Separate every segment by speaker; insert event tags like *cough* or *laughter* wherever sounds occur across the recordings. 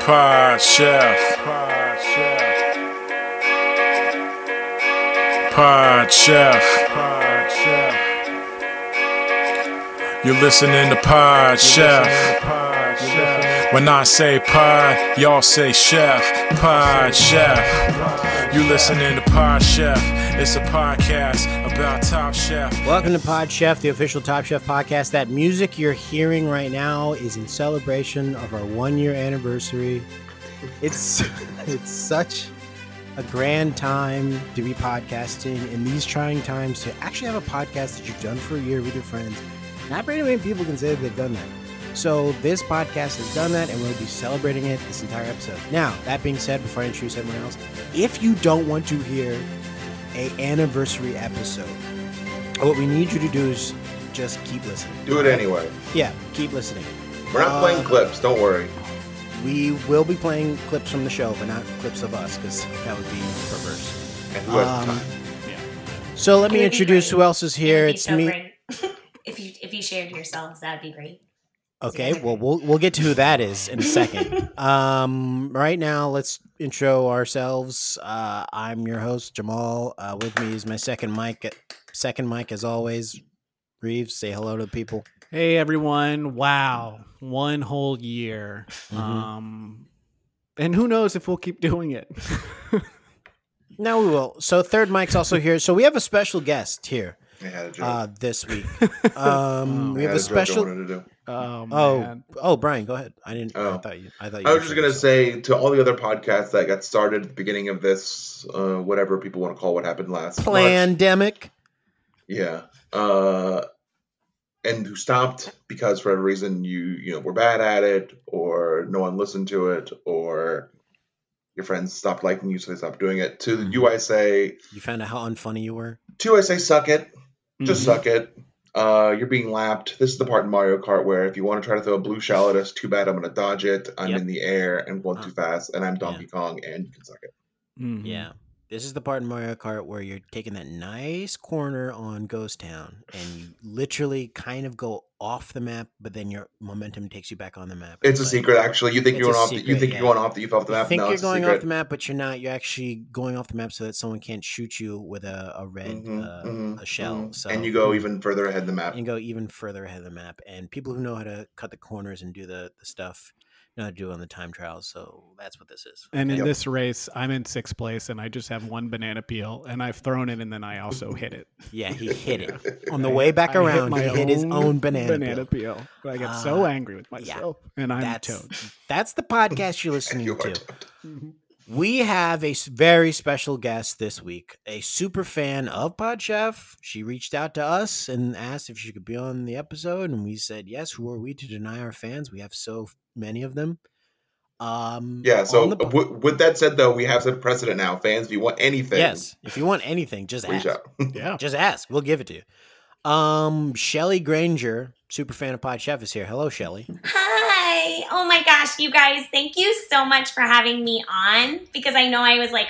Speaker 1: Pod Chef. Pod Chef. You're listening to Pod Chef. When I say pod, y'all say chef. Pod Chef. You listening to Pod Chef. It's a podcast about Top Chef.
Speaker 2: Welcome to Pod Chef, the official Top Chef podcast. That music you're hearing right now is in celebration of our one year anniversary. It's *laughs* it's such a grand time to be podcasting in these trying times to actually have a podcast that you've done for a year with your friends. Not very many people can say that they've done that. So this podcast has done that, and we'll be celebrating it this entire episode. Now, that being said, before I introduce everyone else, if you don't want to hear a anniversary episode, what we need you to do is just keep listening.
Speaker 3: Do it anyway.
Speaker 2: Yeah, keep listening.
Speaker 3: We're not
Speaker 2: Uh,
Speaker 3: playing clips. Don't worry.
Speaker 2: We will be playing clips from the show, but not clips of us, because that would be perverse.
Speaker 3: And who has
Speaker 2: um,
Speaker 3: time?
Speaker 2: So let
Speaker 4: It
Speaker 2: me
Speaker 4: would be
Speaker 2: introduce
Speaker 4: great.
Speaker 2: who else is
Speaker 4: It
Speaker 2: here.
Speaker 4: would be
Speaker 2: It's
Speaker 4: so
Speaker 2: me.
Speaker 4: great. *laughs* if you if you shared yourselves, that'd be great.
Speaker 2: Okay, well we'll we'll get to who that is in a
Speaker 4: *laughs*
Speaker 2: second. um, right now, let's intro ourselves. Uh, I'm your host Jamal. Uh, with me is my second mic. Second mic, as always. Reeves, say hello to the people.
Speaker 5: Hey everyone! Wow, one whole year.
Speaker 2: Mhm.
Speaker 5: Um, and who knows if we'll keep doing it? *laughs*
Speaker 2: No, we will. So third mic's also here. So we have a special guest here
Speaker 3: I had a joke.
Speaker 2: uh, this
Speaker 3: *laughs*
Speaker 2: week. Um,
Speaker 5: Oh.
Speaker 2: we have
Speaker 3: I had
Speaker 2: a
Speaker 3: joke I
Speaker 2: special.
Speaker 3: wanted to do.
Speaker 5: oh,
Speaker 2: Oh,
Speaker 5: man.
Speaker 2: oh, Brian, go ahead. I didn't. I
Speaker 3: Oh.
Speaker 2: thought you. I thought you.
Speaker 3: I
Speaker 2: were
Speaker 3: was just gonna
Speaker 2: finished.
Speaker 3: say to all the other podcasts that got started at the beginning of this, uh, whatever people want to call what happened last March.
Speaker 2: pandemic.
Speaker 3: Yeah. Uh, and who stopped because for whatever reason you you know were bad at it or no one listened to it or your friends stopped liking you so they stopped doing it.
Speaker 2: Hmm.
Speaker 3: To you I say
Speaker 2: You found out how unfunny you were.
Speaker 3: to I say suck it. Just
Speaker 5: Mhm.
Speaker 2: Mm-hmm.
Speaker 3: suck it. Uh, you're being lapped. This is the part in Mario Kart where if you want to try to throw a blue shell at us, too bad I'm going to dodge it. I'm
Speaker 2: Yep.
Speaker 3: in the air. I'm going
Speaker 2: Uh,
Speaker 3: too fast, and I'm Donkey Kong, and you can suck it.
Speaker 5: Mhm.
Speaker 2: Yeah. This is the part in Mario Kart where you're taking that nice corner on Ghost Town and you literally kind of go off the map, but then your momentum takes you back on the map.
Speaker 3: It's a
Speaker 2: like-
Speaker 3: secret, actually. You think
Speaker 2: It's
Speaker 3: you're
Speaker 2: a
Speaker 3: going off. The, you
Speaker 2: secret,
Speaker 3: think
Speaker 2: yeah.
Speaker 3: you're going off the. You fell off the
Speaker 2: You
Speaker 3: map.
Speaker 2: think
Speaker 3: No,
Speaker 2: you're
Speaker 3: it's a
Speaker 2: going
Speaker 3: secret.
Speaker 2: off the map, but you're not. You're actually going off the map so that someone can't shoot you with a, a red
Speaker 3: Mhm,
Speaker 2: uh,
Speaker 3: mhm,
Speaker 2: a shell.
Speaker 3: mhm.
Speaker 2: So
Speaker 3: And you go even further ahead in the map.
Speaker 2: and go even further ahead of the map. And people who know how to cut the corners and do the, the stuff know how to do on the time trials. So that's what this is.
Speaker 5: And in
Speaker 3: Yep.
Speaker 5: this race, I'm in sixth place, and I just have one banana peel, and I've thrown it, and then
Speaker 3: *laughs*
Speaker 5: I also hit it
Speaker 2: Yeah, he hit it. On the way back
Speaker 5: I hit
Speaker 2: around,
Speaker 5: my
Speaker 2: he hit his own banana.
Speaker 5: banana
Speaker 2: peel.
Speaker 5: peel. But I got so
Speaker 2: Ah,
Speaker 5: angry with myself, and I'm
Speaker 2: that's
Speaker 5: toad.
Speaker 3: *laughs*
Speaker 2: that's the podcast you're
Speaker 3: And
Speaker 2: listening
Speaker 3: *laughs* you are
Speaker 2: to. We have a s- very special guest this week, a super fan of PodChef. She reached out to us and asked if she could be on the episode, and we said yes. Who are we to deny our fans? We have so f- many of them. Um,
Speaker 3: Yeah. So
Speaker 2: on the po-
Speaker 3: w- with that said, though, we have set precedent now. Fans, if you want anything,
Speaker 2: yes, if you want anything, just
Speaker 3: reach
Speaker 2: ask.
Speaker 3: out.
Speaker 5: Yeah.
Speaker 2: Just ask. We'll give it to you. Um, Shelly Granger, super fan of PodChef, is here. Hello,
Speaker 5: *laughs*
Speaker 2: Shelly.
Speaker 4: Hi! Oh my gosh, you guys! Thank you so much for having me on because I know I was like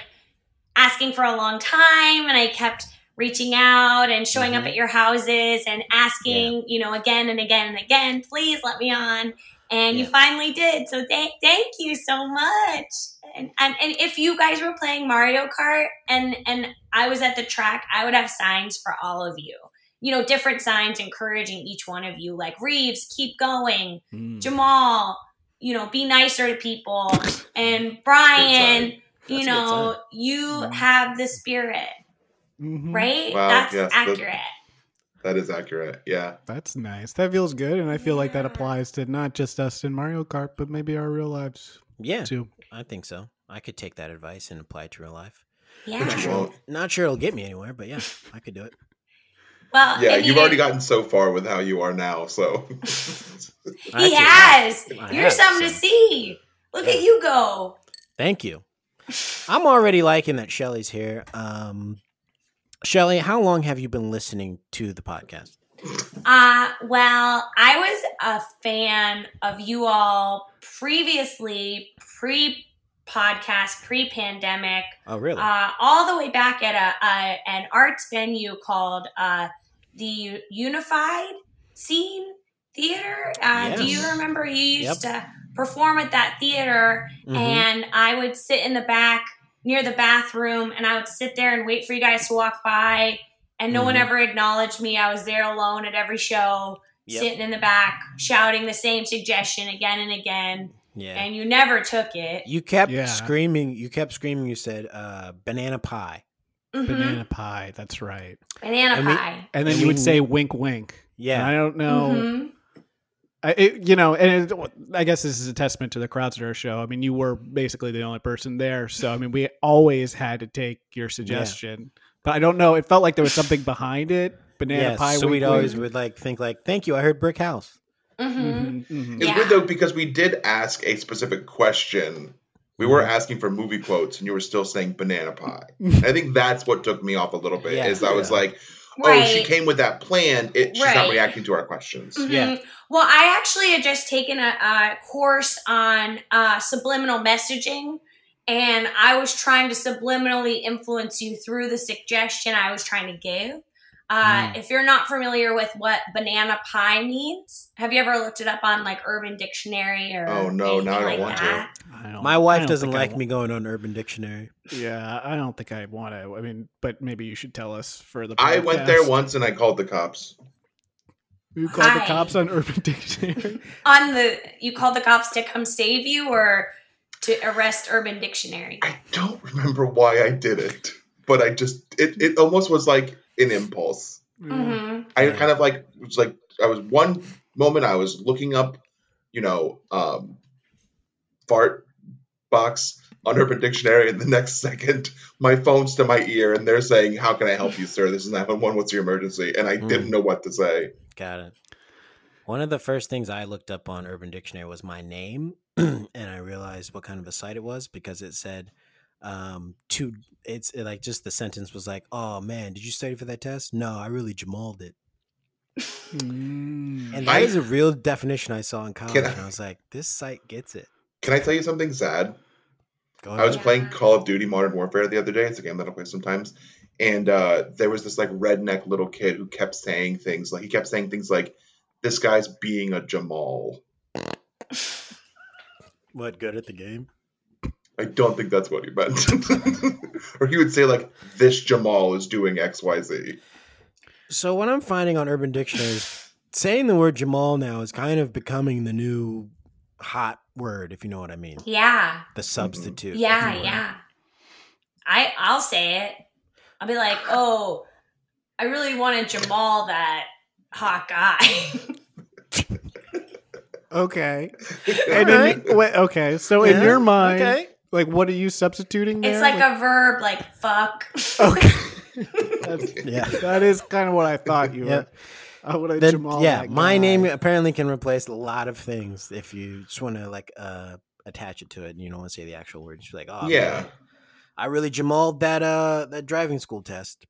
Speaker 4: asking for a long time, and I kept reaching out and showing up
Speaker 2: Mhm.
Speaker 4: at your houses and asking, you know, again and again and again. Please let me on. And
Speaker 2: Yeah.
Speaker 4: you finally did. So thank thank you so much. And, and and if you guys were playing Mario Kart and and I was at the track, I would have signs for all of you. You know, different signs encouraging each one of you, like Reeves, keep going.
Speaker 2: Mm.
Speaker 4: Jamal, you know, be nicer to people. And Brian,
Speaker 2: That's a
Speaker 4: you
Speaker 2: good
Speaker 4: know,
Speaker 2: sign. Mm.
Speaker 4: you
Speaker 5: Mhm.
Speaker 4: have the spirit,
Speaker 5: Mhm.
Speaker 4: right?
Speaker 3: Wow,
Speaker 4: That's
Speaker 3: yes, that-
Speaker 4: accurate.
Speaker 3: That is accurate. Yeah.
Speaker 5: That's nice. That feels good, and I feel like that
Speaker 4: Yeah.
Speaker 5: applies to not just us in Mario Kart, but maybe our real lives
Speaker 2: Yeah,
Speaker 5: too.
Speaker 2: I think so. I could take that advice and apply it to real life. Not
Speaker 3: you
Speaker 4: Yeah.
Speaker 2: sure,
Speaker 3: won't.
Speaker 2: not sure it'll get me anywhere, but
Speaker 5: *laughs*
Speaker 2: yeah, I could do it.
Speaker 4: Well,
Speaker 3: Yeah.
Speaker 4: and
Speaker 3: You've
Speaker 4: he-
Speaker 3: already gotten so far with how you are
Speaker 2: *laughs*
Speaker 3: now. So.
Speaker 2: I actually-
Speaker 4: He has.
Speaker 2: I
Speaker 4: You're
Speaker 2: have,
Speaker 4: something to
Speaker 2: so-
Speaker 4: see. Look at you go.
Speaker 2: Thank you. I'm already liking that Shelly's here. Um, Shelly, how long have you been listening to the podcast?
Speaker 4: Uh, well, I was a fan of you all previously, pre podcast, pre pandemic.
Speaker 2: Oh, really?
Speaker 4: Uh, all the way back at a, a an arts venue called uh, the Unified Scene Theater. Uh, Do
Speaker 2: Yes.
Speaker 4: you remember? You used to perform at that theater
Speaker 2: Mhm.
Speaker 4: and I would sit in the back near the bathroom and I would sit there and wait for you guys to walk by and no one
Speaker 2: Mhm.
Speaker 4: ever acknowledged me. I was there alone at every show,
Speaker 6: Yep.
Speaker 4: sitting in the back, shouting the same suggestion again and again,
Speaker 2: Yeah.
Speaker 4: and you never took it.
Speaker 2: You kept
Speaker 5: Yeah.
Speaker 2: screaming. You kept screaming. You said, uh, "Banana pie."
Speaker 4: Mhm. Banana,
Speaker 5: Banana pie. That's right.
Speaker 2: And we-
Speaker 4: pie.
Speaker 5: And then
Speaker 2: And
Speaker 5: you would
Speaker 2: we-
Speaker 5: say wink, wink. And I
Speaker 2: Yeah.
Speaker 5: don't know.
Speaker 4: Mhm.
Speaker 5: I, it, you know, and it, I guess this is a testament to the Crowdster show. I mean, you were basically the only person there, so I mean, we always had to take your suggestion. But I don't know. It felt like there was something behind it. Banana
Speaker 2: yeah.
Speaker 5: pie.
Speaker 2: so we'd
Speaker 5: wink,
Speaker 2: always
Speaker 5: wink.
Speaker 2: would like think like, "Thank you. I heard brick house."
Speaker 4: Mhm.
Speaker 5: Mhm, mhm.
Speaker 3: It's
Speaker 4: Yeah.
Speaker 3: weird though because we did ask a specific question. We
Speaker 2: Mm-hmm.
Speaker 3: were asking for movie quotes, and you were still saying
Speaker 2: *laughs*
Speaker 3: banana pie. I think that's what took me off a little bit.
Speaker 2: Yeah.
Speaker 3: is I was like, "Oh,
Speaker 4: Right.
Speaker 3: she came with that plan. It, she's not
Speaker 4: Right.
Speaker 3: reacting to our questions."
Speaker 4: Mhm.
Speaker 2: Yeah.
Speaker 4: Well, I actually had just taken a, a course on uh, subliminal messaging, and I was trying to subliminally influence you through the suggestion I was trying to give. Uh, If you're not familiar with what banana pie means, have you ever looked it up on like Urban Dictionary or?
Speaker 3: Oh, no, now I
Speaker 4: anything
Speaker 3: don't
Speaker 4: like
Speaker 3: want to.
Speaker 4: that?
Speaker 5: I don't-
Speaker 2: My
Speaker 5: Oh, I
Speaker 2: wife
Speaker 5: don't
Speaker 2: doesn't
Speaker 5: think I
Speaker 2: like
Speaker 5: wa-
Speaker 2: me going on Urban Dictionary.
Speaker 5: Yeah, I don't think I want to. I mean, but maybe you should tell us for the.
Speaker 3: I went there
Speaker 5: podcast.
Speaker 3: once and I called the cops.
Speaker 5: You called
Speaker 4: Hi.
Speaker 5: the cops on Urban Dictionary.
Speaker 4: On the you called the cops to come save you or to arrest Urban Dictionary.
Speaker 3: I don't remember why I did it, but I just it, it almost was like an impulse.
Speaker 5: Yeah.
Speaker 4: Mhm.
Speaker 3: I
Speaker 2: Yeah.
Speaker 3: kind of like was like I was one moment I was looking up, you know, um fart box on Urban Dictionary, and the next *laughs* second my phone's to my ear and they're saying, How can I help you, sir? This is 911, what's your emergency? And I
Speaker 2: Mm.
Speaker 3: didn't know what to say.
Speaker 2: Got it. One of the first things I looked up on Urban Dictionary was my name, *clears throat* and I realized what kind of a site it was because it said um to it's it, like just the sentence was like oh man did you study for that test no i really jamaled it
Speaker 5: Mm.
Speaker 2: and
Speaker 3: I-
Speaker 2: that is a real definition i saw in college
Speaker 3: I-
Speaker 2: and i was like this site gets it
Speaker 3: Can I tell you something sad?
Speaker 2: Go
Speaker 3: I was
Speaker 2: ahead.
Speaker 3: playing Call of Duty Modern Warfare the other day. It's a game that I play sometimes. And uh, there was this like redneck little kid who kept saying things like he kept saying things like, "This guy's being a Jamal."
Speaker 2: what good at the game
Speaker 3: I don't think that's what he meant. *laughs* or he would say like, "This Jamal is doing X, Y, Z."
Speaker 2: so what i'm finding on urban dictionary is saying the word jamal now is kind of becoming the new hot word if you know what i mean
Speaker 4: Yeah.
Speaker 2: the substitute if
Speaker 4: Yeah,
Speaker 2: you will.
Speaker 4: yeah. I I'll say it. I'll
Speaker 3: *sighs*
Speaker 4: be like, oh, I really wanted Jamal that hot guy. *laughs*
Speaker 5: *laughs* Okay.
Speaker 2: All
Speaker 5: And then, wait, okay. So in
Speaker 2: Yeah,
Speaker 5: your mind,
Speaker 2: okay
Speaker 5: like, what are you substituting? There?
Speaker 4: it's like a verb, like
Speaker 3: *laughs*
Speaker 4: fuck.
Speaker 5: Okay.
Speaker 2: *laughs*
Speaker 5: That's, *laughs*
Speaker 2: yeah
Speaker 5: that is kind of what I thought you
Speaker 2: Yeah.
Speaker 5: were. I would have
Speaker 2: Then-
Speaker 5: Jamal.
Speaker 2: yeah,
Speaker 5: that
Speaker 2: my
Speaker 5: guy.
Speaker 2: name apparently can replace a lot of things if you just want to like uh attach it to it and you don't want to say the actual word. Just be like, oh
Speaker 3: yeah.
Speaker 2: man, I really Jamaled that uh that driving school test.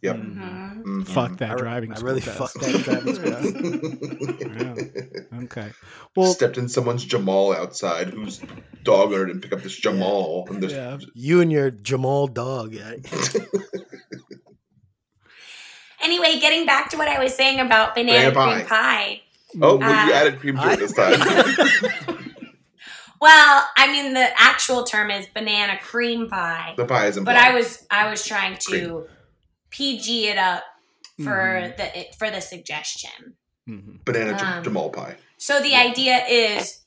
Speaker 3: Yep.
Speaker 4: Mhm.
Speaker 3: Mhm.
Speaker 5: Fuck that
Speaker 2: I, re-
Speaker 5: driving.
Speaker 2: I
Speaker 5: school
Speaker 2: really
Speaker 5: test.
Speaker 2: fucked that
Speaker 5: *laughs*
Speaker 2: driving school. test.
Speaker 3: *laughs*
Speaker 5: Okay. Well,
Speaker 3: Stepped in someone's Jamal outside, whose dog owner didn't pick up this Jamal, and this
Speaker 5: yeah.
Speaker 2: You and your Jamal dog. eh?" I-
Speaker 4: Anyway, getting back to what I was saying about banana
Speaker 3: Banana
Speaker 4: cream pie.
Speaker 3: oh, well, you
Speaker 4: Uh,
Speaker 3: added cream to
Speaker 2: I-
Speaker 3: it this time.
Speaker 4: Well, I mean the actual term is banana cream pie.
Speaker 3: *laughs* the pie is
Speaker 4: But I was I was trying to
Speaker 3: Cream.
Speaker 4: PG it up for the for the suggestion.
Speaker 5: Mhm.
Speaker 3: banana J-
Speaker 4: um,
Speaker 3: Jamal pie.
Speaker 4: So the idea is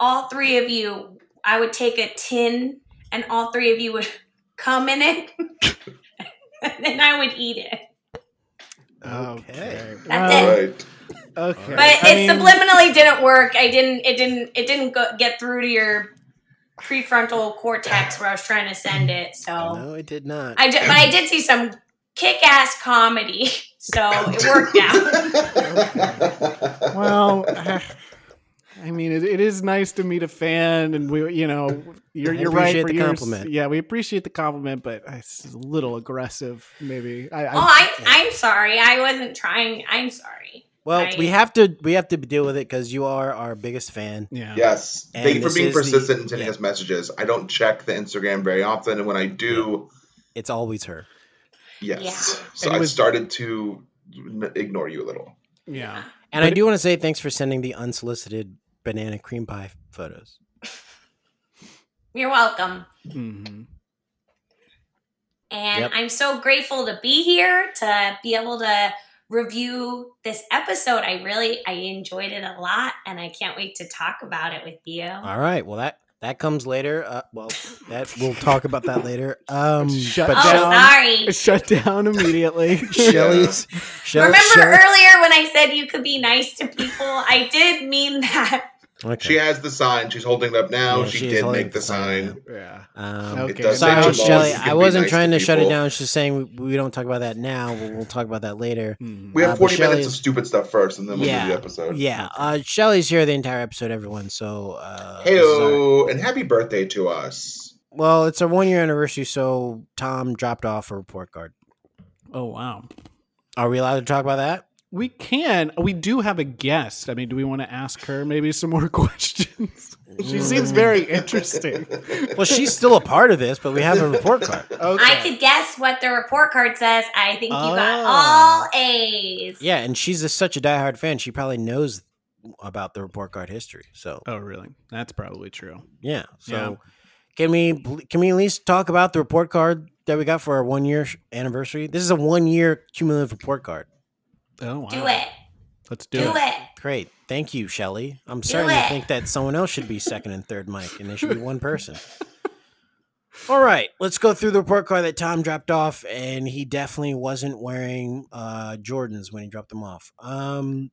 Speaker 4: all three of you, I would take a tin and all three of you would *laughs* come in it. *laughs* and then I would eat it.
Speaker 5: *laughs* Okay.
Speaker 2: That's
Speaker 4: it.
Speaker 5: Well,
Speaker 3: Right.
Speaker 5: okay.
Speaker 4: But
Speaker 5: I
Speaker 4: it
Speaker 5: mean,
Speaker 4: subliminally didn't work. I didn't it didn't it didn't go, get through to your prefrontal cortex where I was trying to send it. So
Speaker 2: No, it did not.
Speaker 4: I did, but I did see some kick-ass comedy. *laughs* So it worked
Speaker 3: out.
Speaker 4: out.
Speaker 5: Well. *sighs* I mean, it, it is nice to meet a fan, and we, you know, you're,
Speaker 2: I
Speaker 5: you're right.
Speaker 2: appreciate
Speaker 5: for
Speaker 2: the
Speaker 5: yours.
Speaker 2: compliment.
Speaker 5: Yeah, we appreciate the compliment, but it's a little aggressive, maybe. I, *laughs* I,
Speaker 4: Oh, I I'm sorry. I wasn't trying. I'm sorry.
Speaker 2: well,
Speaker 4: I-
Speaker 2: we have to we have to deal with it because you are our biggest fan.
Speaker 5: yeah.
Speaker 3: *laughs* yes.
Speaker 2: And
Speaker 3: Thank you
Speaker 2: this
Speaker 3: for being
Speaker 2: is the-
Speaker 3: persistent in sending
Speaker 2: yeah.
Speaker 3: us messages. I don't check the Instagram very often, and when I do,
Speaker 2: It's always her.
Speaker 3: yes. So
Speaker 5: And it
Speaker 3: I
Speaker 5: was-
Speaker 3: started to n- ignore you a little.
Speaker 5: Yeah.
Speaker 2: And
Speaker 5: But
Speaker 2: I
Speaker 5: it-
Speaker 2: do want to say thanks for sending the unsolicited banana cream pie photos.
Speaker 4: You're welcome.
Speaker 2: Mm-hmm.
Speaker 5: Mhm.
Speaker 4: And
Speaker 2: Yep.
Speaker 4: I'm so grateful to be here to be able to review this episode. I really I enjoyed it a lot and I can't wait to talk about it with you.
Speaker 5: Uh,
Speaker 2: All right. Well, that that comes later. Uh, well, that we'll talk about that
Speaker 3: *laughs*
Speaker 2: later. Um,
Speaker 5: Shut
Speaker 2: but
Speaker 4: oh,
Speaker 5: down.
Speaker 4: sorry.
Speaker 5: *laughs* Shut down
Speaker 2: *laughs*
Speaker 5: immediately.
Speaker 2: Shelly's. Shell-
Speaker 4: Remember
Speaker 2: Shell-
Speaker 4: earlier when I said you could be nice to people? I did mean that.
Speaker 2: Okay.
Speaker 3: She has the sign. She's holding it up now.
Speaker 2: Yeah,
Speaker 3: she,
Speaker 2: she is
Speaker 3: did
Speaker 2: holding
Speaker 3: make the
Speaker 2: the sign,
Speaker 3: sign.
Speaker 5: yeah.
Speaker 2: Um,
Speaker 5: Okay.
Speaker 3: It does say
Speaker 2: Sorry,
Speaker 5: Sorry,
Speaker 3: Jim Balls,
Speaker 2: Shelley.
Speaker 3: you can
Speaker 2: I
Speaker 3: be
Speaker 2: wasn't
Speaker 3: nice
Speaker 2: trying to shut it
Speaker 3: people.
Speaker 2: down. She's saying we, we don't talk about that now. But we'll talk about that later.
Speaker 5: Mhm.
Speaker 3: We
Speaker 2: Uh,
Speaker 3: have
Speaker 2: but
Speaker 3: 40
Speaker 2: Shelley's-
Speaker 3: minutes of stupid stuff first, and then we'll
Speaker 2: Yeah.
Speaker 3: do the episode.
Speaker 2: Yeah, uh, Shelly's here the entire episode, everyone. So, uh, this is our-
Speaker 3: Heyo, and happy birthday to us.
Speaker 2: well, it's our one year anniversary, so Tom dropped off a report card.
Speaker 5: Oh wow.
Speaker 2: Are we allowed to talk about that?
Speaker 5: We can. We do have a guest. I mean, do we want to ask her maybe some more *laughs* questions? she seems very
Speaker 2: *laughs*
Speaker 5: interesting.
Speaker 2: Mm. Well, she's still a part of this, but we have a report card.
Speaker 5: Okay.
Speaker 4: I could guess what the report card says. I think you got
Speaker 5: Oh.
Speaker 4: all A's.
Speaker 2: Yeah, and she's a, such a diehard fan; she probably knows about the report card history. So,
Speaker 5: Oh, really? That's probably true.
Speaker 2: yeah. So,
Speaker 5: Yeah.
Speaker 2: can we can we at least talk about the report card that we got for our one year anniversary? This is a one year cumulative report card.
Speaker 5: Oh, wow.
Speaker 4: Do it.
Speaker 5: Let's do,
Speaker 4: Do
Speaker 5: it.
Speaker 4: it.
Speaker 2: Great. Thank you, Shelly. I'm starting to
Speaker 4: it.
Speaker 2: think that someone else should be second and third mic, and there should be one
Speaker 4: *laughs*
Speaker 2: person. All right, let's go through the report card that Tom dropped off, and he definitely wasn't wearing uh, Jordans when he dropped them off. Um,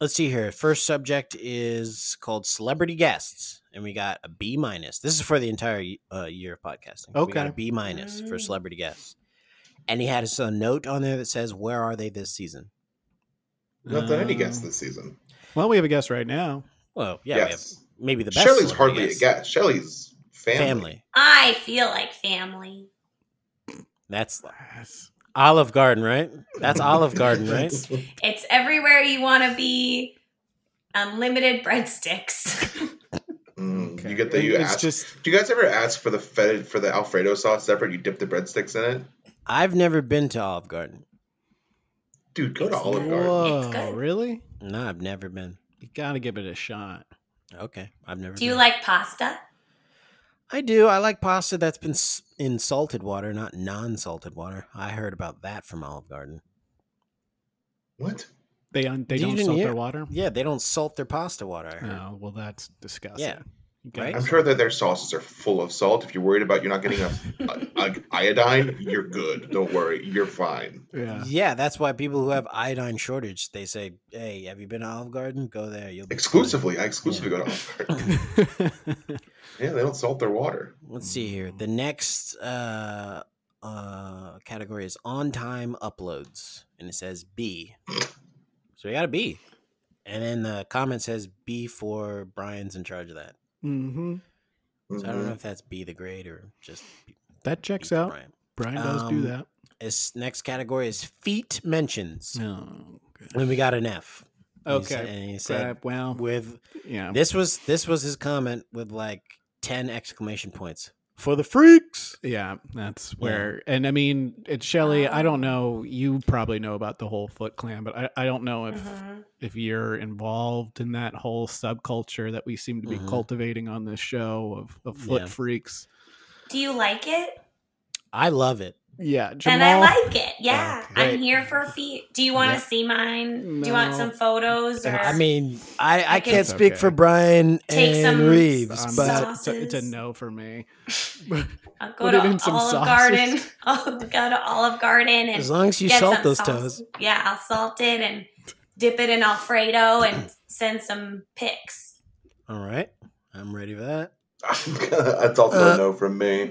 Speaker 2: let's see here. First subject is called celebrity guests, and we got a B minus. This is for the entire uh, year of podcasting. we got
Speaker 5: Okay.
Speaker 2: a B minus for
Speaker 4: Mm.
Speaker 2: celebrity guests, and he had a s- a note on there that says, "Where are they this season?"
Speaker 3: *laughs* Not done any guests
Speaker 5: Um,
Speaker 3: this season.
Speaker 5: Well, we have a guest right now.
Speaker 2: Well, yeah, we have
Speaker 3: yes.
Speaker 2: maybe the best.
Speaker 3: Shelley's
Speaker 2: celebrity
Speaker 3: hardly
Speaker 2: guest.
Speaker 3: a guest. Shelley's family.
Speaker 2: family.
Speaker 4: I feel like family.
Speaker 2: That's Olive Garden, right? That's Olive Garden, right?
Speaker 4: It's everywhere you want to be. Unlimited breadsticks.
Speaker 3: *laughs*
Speaker 4: *laughs*
Speaker 3: Mm,
Speaker 5: Okay.
Speaker 3: You get the you
Speaker 5: it's
Speaker 3: ask.
Speaker 5: just
Speaker 3: do you guys ever ask for the fetid, for the Alfredo sauce separate? You dip the breadsticks in it,
Speaker 2: I've never been to Olive Garden.
Speaker 3: dude. Go to
Speaker 4: It's
Speaker 3: Olive Garden.
Speaker 5: whoa,
Speaker 4: good.
Speaker 5: really?
Speaker 2: No, I've never been.
Speaker 5: You gotta give it a shot.
Speaker 2: Okay, I've never.
Speaker 4: Do you
Speaker 2: been.
Speaker 4: like pasta?
Speaker 2: I do. I like pasta that's been s- in salted water, not non-salted water. I heard about that from Olive Garden.
Speaker 3: What?
Speaker 5: They un- they
Speaker 2: You
Speaker 5: don't
Speaker 2: didn't
Speaker 5: salt
Speaker 2: hear-
Speaker 5: their water.
Speaker 2: Yeah, they don't salt their pasta water. I heard.
Speaker 5: No, well, that's disgusting.
Speaker 2: Yeah.
Speaker 5: You gotta-
Speaker 2: Right?
Speaker 3: I'm sure that their sauces are full of salt. If you're worried about you're not getting enough uh, uh, iodine, you're good. Don't worry, you're fine.
Speaker 5: Yeah.
Speaker 2: Yeah, that's why people who have iodine shortage, they say, "Hey, have you been to Olive Garden? Go there. You'll be fine."
Speaker 3: Exclusively, I exclusively go to Olive Garden.
Speaker 2: *laughs*
Speaker 4: *laughs*
Speaker 3: Yeah, they don't salt their water.
Speaker 2: Let's see here. The next uh, uh, category is on time uploads, and it says B. So we got a B. And then the comment says B for Brian's in charge of that.
Speaker 5: mm-hmm.
Speaker 2: So I don't know
Speaker 3: Mhm.
Speaker 2: if that's B the grade or just B
Speaker 5: That checks out. Brian,
Speaker 2: Brian.
Speaker 5: does
Speaker 2: Um,
Speaker 5: do that.
Speaker 2: This next category is feet mentions.
Speaker 5: No. good.
Speaker 2: And we got an F. And he sa-
Speaker 5: Mm. Okay.
Speaker 2: and he said
Speaker 5: Uh, well,
Speaker 2: with
Speaker 5: yeah.
Speaker 2: this was this was his comment with like ten exclamation points. For the freaks.
Speaker 5: Yeah, that's where. And I mean, it's Shelly. I don't know. You probably know about the whole Foot Clan, but I, I don't know if
Speaker 2: Mm-hmm.
Speaker 4: Mhm.
Speaker 5: if you're involved in that whole subculture that we seem to be
Speaker 2: Mhm.
Speaker 5: cultivating on this show of, of foot
Speaker 2: Yeah.
Speaker 5: freaks.
Speaker 4: Do you like it?
Speaker 2: I love it.
Speaker 5: Yeah,
Speaker 4: And
Speaker 5: Jamal.
Speaker 4: I like it. Yeah.
Speaker 2: Okay.
Speaker 4: I'm here for feet. Do you want to
Speaker 2: Oh, Yeah.
Speaker 4: see mine? Do you want
Speaker 5: No.
Speaker 4: some photos or
Speaker 2: I mean, I, I
Speaker 4: I can-
Speaker 2: can't
Speaker 5: It's
Speaker 2: speak for
Speaker 5: okay.
Speaker 2: Brian
Speaker 4: Take
Speaker 2: and
Speaker 4: some
Speaker 2: Reeves,
Speaker 5: I'm-
Speaker 2: but
Speaker 5: um, it's, a, it's a
Speaker 4: Sauces.
Speaker 5: no for me. *laughs*
Speaker 4: I'll go
Speaker 5: put
Speaker 4: to
Speaker 5: it in some
Speaker 4: Olive
Speaker 5: sauces.
Speaker 4: Garden? *laughs* I'll go to Olive Garden and
Speaker 2: as long as you
Speaker 4: get
Speaker 2: salt
Speaker 4: some
Speaker 2: those
Speaker 4: sauce.
Speaker 2: toes,
Speaker 4: Yeah, I'll salt it and dip it in Alfredo and send some pics.
Speaker 2: all right. I'm ready for that.
Speaker 3: Mm-hmm. *laughs* That's also
Speaker 2: Uh,
Speaker 3: a no from me.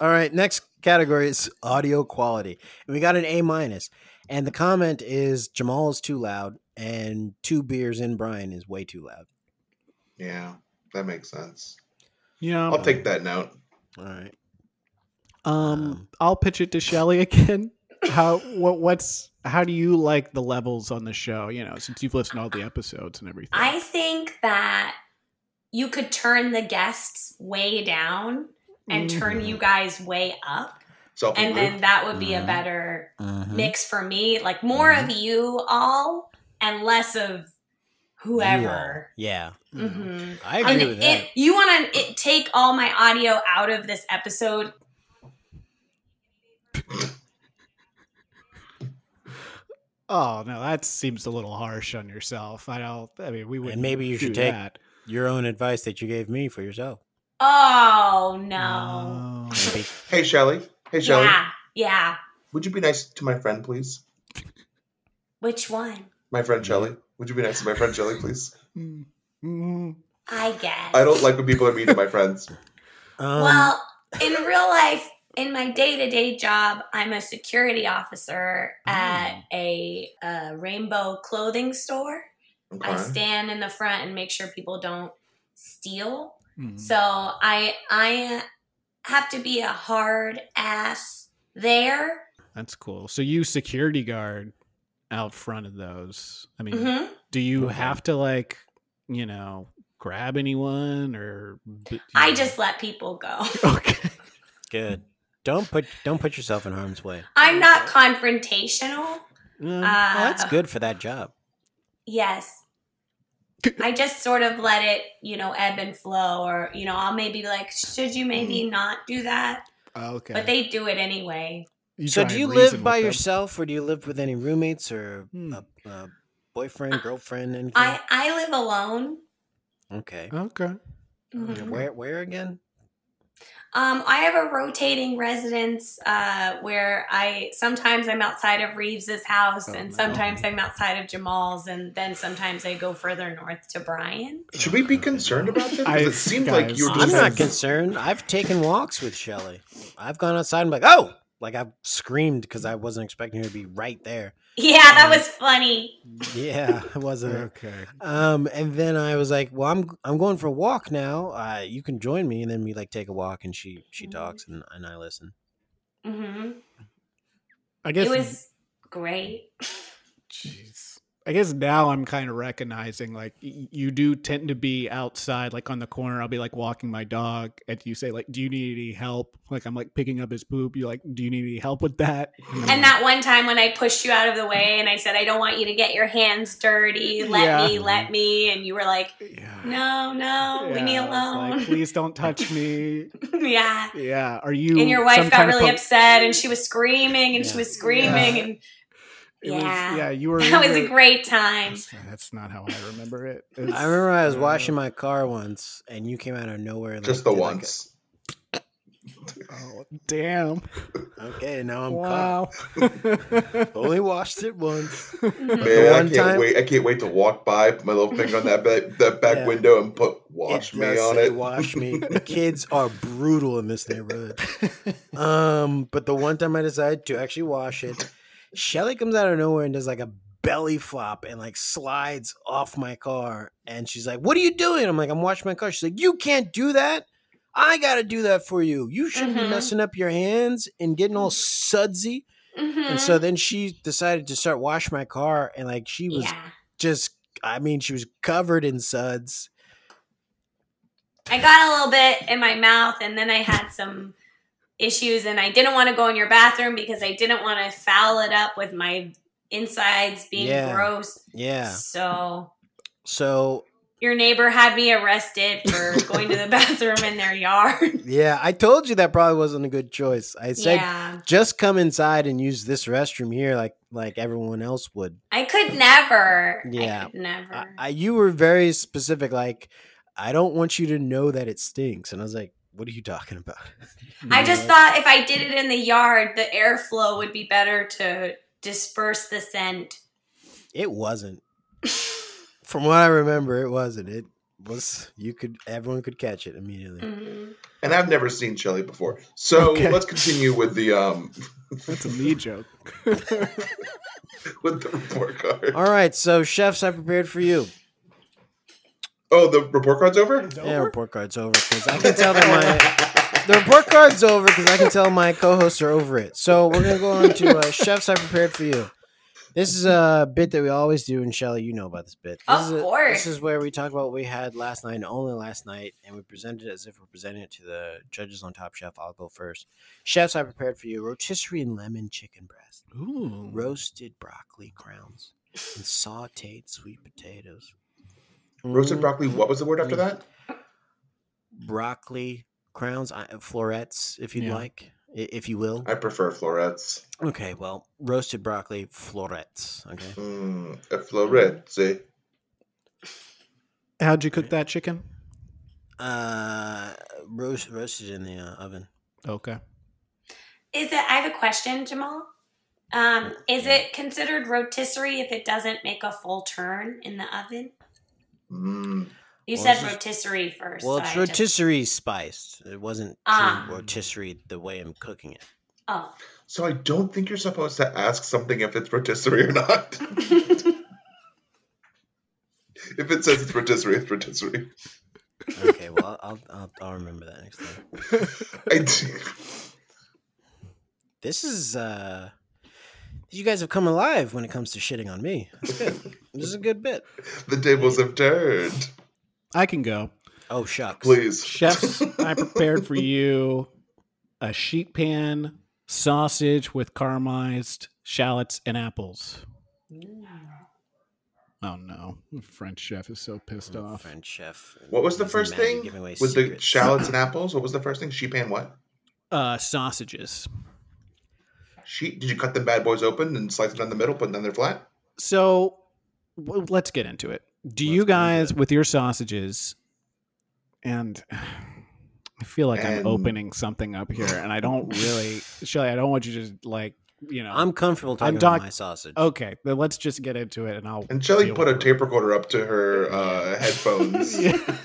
Speaker 2: All right, next category is audio quality, and we got an A minus. And the comment is Jamal is too loud, and two beers in Brian is way too loud.
Speaker 3: Yeah, that makes sense.
Speaker 5: You know,
Speaker 3: I'll take that note.
Speaker 2: All right,
Speaker 5: Um,
Speaker 2: Um,
Speaker 5: I'll pitch it to Shelly *laughs* again. How what what's how do you like the levels on the show? You know, since you've listened to all the episodes and everything.
Speaker 4: I think that you could turn the guests way down and turn
Speaker 2: Mhm.
Speaker 4: you guys way up.
Speaker 3: Self
Speaker 4: And then that would be a
Speaker 2: Mhm.
Speaker 4: better
Speaker 2: Mhm.
Speaker 4: Mm-hmm. mix for me. Like more of you all and less of
Speaker 2: you all.
Speaker 4: whoever.
Speaker 2: Yeah,
Speaker 5: Mm-hmm.
Speaker 4: hmm
Speaker 2: I agree
Speaker 4: And
Speaker 2: with that.
Speaker 4: it, you want to take all my audio out of this episode?
Speaker 5: Oh no, that seems a little harsh on yourself. I don't. I mean, we would.
Speaker 2: and maybe you should take your own advice that you gave me for yourself.
Speaker 4: Oh
Speaker 2: Uh,
Speaker 4: no!
Speaker 5: Oh.
Speaker 2: Maybe.
Speaker 3: Hey, Shelly. Hey, Shelly.
Speaker 4: yeah, yeah.
Speaker 3: Would you be nice to my friend, please?
Speaker 4: Which one?
Speaker 3: My friend
Speaker 2: Mm-hmm.
Speaker 3: Shelly. Would you be nice to my friend Shelly, please?
Speaker 5: Mm.
Speaker 4: I guess.
Speaker 3: I don't like when people are mean to my friends.
Speaker 2: Um,
Speaker 4: *laughs* Well, in real life, in my day to day job, I'm a security officer
Speaker 2: Mm.
Speaker 4: at a, uh rainbow clothing store. I
Speaker 3: Okay.
Speaker 4: stand in the front and make sure people don't steal.
Speaker 2: Mm-hmm.
Speaker 5: Mm.
Speaker 4: So I I have to be a hard ass there.
Speaker 5: That's cool. So you security guard out front of those. I
Speaker 2: Mm-hmm.
Speaker 5: mean,
Speaker 4: hmm
Speaker 5: do you
Speaker 2: Okay.
Speaker 5: have to like, you know, grab anyone or? b- you
Speaker 4: I
Speaker 5: know?
Speaker 4: just let people
Speaker 2: *laughs*
Speaker 4: go.
Speaker 5: *laughs*
Speaker 4: *laughs*
Speaker 5: okay.
Speaker 2: good. Don't put don't put yourself in harm's way.
Speaker 4: I'm not confrontational.
Speaker 2: Well,
Speaker 4: Uh,
Speaker 5: Mm.
Speaker 2: Mm-hmm. Oh, that's good for that job. *laughs*
Speaker 4: Yes. I just sort of let it, you know, ebb and flow, or you know, I'll maybe be like, should you maybe
Speaker 2: Mm-hmm.
Speaker 4: not do that?
Speaker 5: Uh, okay.
Speaker 4: But they do it anyway.
Speaker 5: You
Speaker 2: So,
Speaker 5: try
Speaker 2: do
Speaker 5: and
Speaker 2: you
Speaker 5: reason
Speaker 2: live
Speaker 5: with
Speaker 2: by
Speaker 5: them.
Speaker 2: yourself, or do you live with any roommates or
Speaker 5: Hmm.
Speaker 2: a, a boyfriend, girlfriend, anything?
Speaker 4: I I live alone.
Speaker 2: okay.
Speaker 5: Okay. Mm-hmm.
Speaker 4: Mhm.
Speaker 2: Where where again?
Speaker 4: Um, I have a rotating residence uh, where I sometimes I'm outside of Reeves's house,
Speaker 5: Oh,
Speaker 4: and
Speaker 5: no.
Speaker 4: sometimes I'm outside of Jamal's, and then sometimes I go further north to Brian.
Speaker 3: Should we be concerned about this? 'Cause
Speaker 5: I-
Speaker 3: it seemed like
Speaker 5: guys,
Speaker 3: you were
Speaker 2: I'm
Speaker 3: just.
Speaker 2: not concerned. I've taken walks with Shelly. I've gone outside and like, oh, like I've screamed because I wasn't expecting her to be right there.
Speaker 4: *laughs* Yeah, that was funny.
Speaker 2: Yeah, *laughs* I wasn't.
Speaker 5: Okay.
Speaker 2: Um, and then I was like, well, I'm I'm going for a walk now. Uh, you can join me, and then we like take a walk, and she she talks, and, and I listen.
Speaker 4: hmm
Speaker 5: I guess.
Speaker 4: It was great.
Speaker 5: Jeez. I guess now I'm kind of recognizing like y- you do tend to be outside, like on the corner. I'll be like walking my dog, and you say like, "Do you need any help?" Like I'm like picking up his poop. You're like, "Do you need any help with that?" I'm
Speaker 4: And
Speaker 5: like,
Speaker 4: that one time when I pushed you out of the way and I said, I don't want you to get your hands dirty. Let
Speaker 5: Yeah.
Speaker 4: me, let me. And you were like,
Speaker 5: yeah.
Speaker 4: no, no, leave me
Speaker 5: Yeah, it's like,
Speaker 4: alone.
Speaker 5: Please don't
Speaker 4: *laughs*
Speaker 5: touch me.
Speaker 4: yeah.
Speaker 5: Yeah. Are you?
Speaker 4: and your wife
Speaker 5: some
Speaker 4: got
Speaker 5: kind of
Speaker 4: really
Speaker 5: pro-
Speaker 4: upset and she was screaming and
Speaker 2: Yeah.
Speaker 4: she was screaming
Speaker 5: Yeah.
Speaker 4: and
Speaker 5: It was-
Speaker 4: Yeah.
Speaker 5: yeah. You
Speaker 4: *laughs*
Speaker 5: were.
Speaker 4: that was
Speaker 5: you
Speaker 4: a
Speaker 5: were-
Speaker 2: *laughs*
Speaker 4: great time
Speaker 5: That's, that's not how I remember it.
Speaker 2: I remember I was washing my car once, and you came out of nowhere. and,
Speaker 3: Just the
Speaker 2: like, did, like, a-
Speaker 3: once.
Speaker 5: Oh damn!
Speaker 2: okay, now I'm caught.
Speaker 5: wow.
Speaker 2: *laughs* Only washed *laughs* it once.
Speaker 4: Mhm.
Speaker 2: the
Speaker 3: Man, I
Speaker 2: one
Speaker 3: can't
Speaker 2: time-
Speaker 3: wait. I can't wait to walk by, put my little finger on that back, that back
Speaker 2: Yeah.
Speaker 3: window, and put "wash
Speaker 2: It
Speaker 3: me"
Speaker 2: does
Speaker 3: on
Speaker 2: say
Speaker 3: it.
Speaker 2: Wash *laughs* me. The kids are brutal in this neighborhood. Um, but the one time I decided to actually wash it, Shelly comes out of nowhere and does like a belly flop and like slides off my car. And she's like, "What are you doing?" I'm like, "I'm washing my car." She's like, "You can't do that. I gotta do that for you. You shouldn't be
Speaker 4: Mhm.
Speaker 2: messing up your hands and getting all sudsy."
Speaker 4: Mhm.
Speaker 2: And so then she decided to start wash my car, and like she was
Speaker 4: yeah
Speaker 2: just, I mean, she was covered in suds.
Speaker 4: i got a little bit in my mouth and then i had some issues and i didn't want to go in your bathroom because i didn't want to foul it up with my insides being
Speaker 2: Yeah.
Speaker 4: gross
Speaker 2: Yeah.
Speaker 4: so
Speaker 2: So
Speaker 4: your neighbor had me arrested for
Speaker 2: *laughs*
Speaker 4: going to the bathroom in their yard
Speaker 2: Yeah, I told you that probably wasn't a good choice. I said
Speaker 4: yeah
Speaker 2: just come inside and use this restroom here, like like everyone else would.
Speaker 4: i could never
Speaker 2: Yeah.
Speaker 4: i could never
Speaker 2: I, I, you were very specific, like I don't want you to know that it stinks, and I was like, "What are you talking about?" *laughs*
Speaker 4: I just
Speaker 2: Mm-hmm.
Speaker 4: thought if I did it in the yard, the airflow would be better to disperse the scent.
Speaker 2: It wasn't. From what I remember, it wasn't. It was you could everyone could catch it immediately.
Speaker 4: Mhm.
Speaker 3: And I've never seen Shelly before, so
Speaker 5: Okay.
Speaker 3: let's continue with the um *laughs*
Speaker 5: that's a me joke.
Speaker 3: with the report card.
Speaker 2: All right, so chefs, I prepared for you.
Speaker 3: Oh, the report card's over.
Speaker 2: Yeah, report card's over because I can tell that my the report card's over because I can tell my co-hosts are over it. So we're gonna go on to uh, chefs I prepared for you. This is a bit that we always do, and Shelly, you know about this bit. This
Speaker 4: Of
Speaker 2: is a-
Speaker 4: course.
Speaker 2: this is where we talk about what we had last night and only last night, and we present it as if we're presenting it to the judges on Top Chef. I'll go first. Chefs I prepared for you: rotisserie and lemon chicken breast,
Speaker 5: Ooh.
Speaker 2: roasted broccoli crowns, and sautéed sweet potatoes. Mm-hmm.
Speaker 3: Roasted broccoli. What was the word after that?
Speaker 2: broccoli crowns, I- florets, if you'd
Speaker 5: Yeah.
Speaker 2: like, i- if you will.
Speaker 3: I prefer florets.
Speaker 2: Okay, well, roasted broccoli florets. Okay.
Speaker 3: Mm, a floret. See,
Speaker 5: How'd you cook that chicken?
Speaker 2: Uh, roast roasted in the uh, oven.
Speaker 5: Okay.
Speaker 4: Is it? I have a question, Jamal. Um, is it considered rotisserie if it doesn't make a full turn in the oven?
Speaker 3: mm,
Speaker 4: You
Speaker 2: Well,
Speaker 4: said
Speaker 2: this is-
Speaker 4: rotisserie first.
Speaker 2: Well,
Speaker 4: so
Speaker 2: it's
Speaker 4: I just-
Speaker 2: rotisserie spiced. It wasn't true
Speaker 4: Ah.
Speaker 2: rotisserie the way I'm cooking it.
Speaker 4: oh.
Speaker 3: so I don't think you're supposed to ask something if it's rotisserie or not. if it says it's rotisserie, it's rotisserie.
Speaker 2: Okay, well, I'll, I'll I'll remember that next time.
Speaker 3: I do.
Speaker 2: This is uh, you guys have come alive when it comes to shitting on me. That's good. this is a good bit.
Speaker 3: The tables have turned.
Speaker 5: I can go.
Speaker 2: Oh shucks.
Speaker 3: Please,
Speaker 5: Chefs, I prepared for you a sheet pan sausage with caramelized shallots and apples. Oh no. The French chef is so pissed
Speaker 2: Mm,
Speaker 5: off.
Speaker 2: French chef.
Speaker 3: What was the
Speaker 2: He's
Speaker 3: first
Speaker 2: mad at you
Speaker 3: thing
Speaker 2: giving away
Speaker 3: with the
Speaker 2: secrets.
Speaker 3: shallots and apples? What was the first thing? Sheep and what?
Speaker 5: Uh sausages.
Speaker 3: Sheep? Did you cut them bad boys open and slice it down the middle, put them down there flat?
Speaker 5: So w- let's get into it. Do you
Speaker 2: Let's get into
Speaker 5: guys
Speaker 2: it.
Speaker 5: with your sausages and I feel like I'm
Speaker 3: And-
Speaker 5: opening something up here and I don't
Speaker 2: *laughs*
Speaker 5: really Shelly, I don't want you to like, you know.
Speaker 2: I'm comfortable talking
Speaker 5: doc-
Speaker 2: about my sausage.
Speaker 5: okay, then let's just get into it and I'll
Speaker 3: And Shelly
Speaker 5: deal
Speaker 3: put
Speaker 5: with
Speaker 3: a
Speaker 5: it.
Speaker 3: tape recorder up to her uh, headphones.
Speaker 5: *laughs* Yeah.
Speaker 2: *laughs*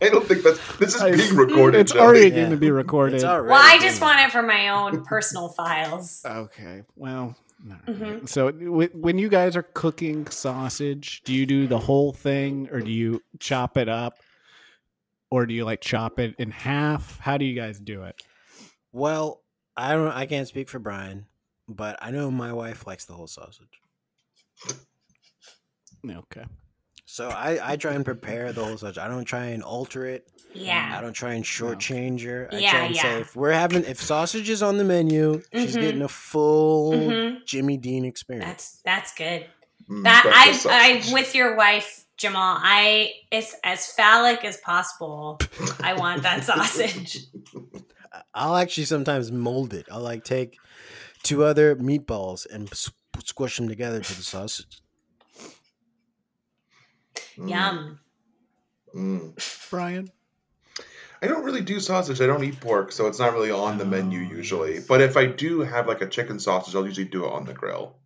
Speaker 3: I don't think that's this is
Speaker 5: I-
Speaker 3: being recorded.
Speaker 5: It's
Speaker 3: Shelly.
Speaker 5: already
Speaker 2: Yeah.
Speaker 5: going to be
Speaker 2: *laughs*
Speaker 5: recorded.
Speaker 2: It's already.
Speaker 4: Well, I just
Speaker 2: in.
Speaker 4: want it for my own
Speaker 2: *laughs*
Speaker 4: personal files.
Speaker 5: Okay. Well, all right.
Speaker 4: Mhm.
Speaker 5: so w- when you guys are cooking sausage, do you do the whole thing or do you chop it up? Or do you like chop it in half? How do you guys do it?
Speaker 2: Well, I don't. I can't speak for Brian, but I know my wife likes the whole sausage.
Speaker 5: Okay.
Speaker 2: So I, I try and prepare the whole sausage. I don't try and alter it. I
Speaker 4: Yeah.
Speaker 2: don't try and shortchange her. I
Speaker 4: Yeah,
Speaker 2: try and
Speaker 4: yeah.
Speaker 2: say if we're having if sausage is on the menu, she's
Speaker 4: Mhm.
Speaker 2: getting a full
Speaker 4: Mhm.
Speaker 2: Jimmy Dean experience.
Speaker 4: That's that's good.
Speaker 3: Mm,
Speaker 4: That
Speaker 3: breakfast
Speaker 4: I
Speaker 3: sausage.
Speaker 4: I with your wife, Jamal. I it's as phallic as possible. I want
Speaker 2: *laughs*
Speaker 4: that sausage.
Speaker 2: I- I'll actually sometimes mold it. I'll like take two other meatballs and s- squish them together to the sausage.
Speaker 3: Mm,
Speaker 4: Yum.
Speaker 3: mm.
Speaker 5: Brian?
Speaker 3: I don't really do sausage. I don't eat pork, so it's not really on the menu
Speaker 5: Oh,
Speaker 3: usually.
Speaker 5: yes.
Speaker 3: But if I do have like a chicken sausage, I'll usually do it on the grill.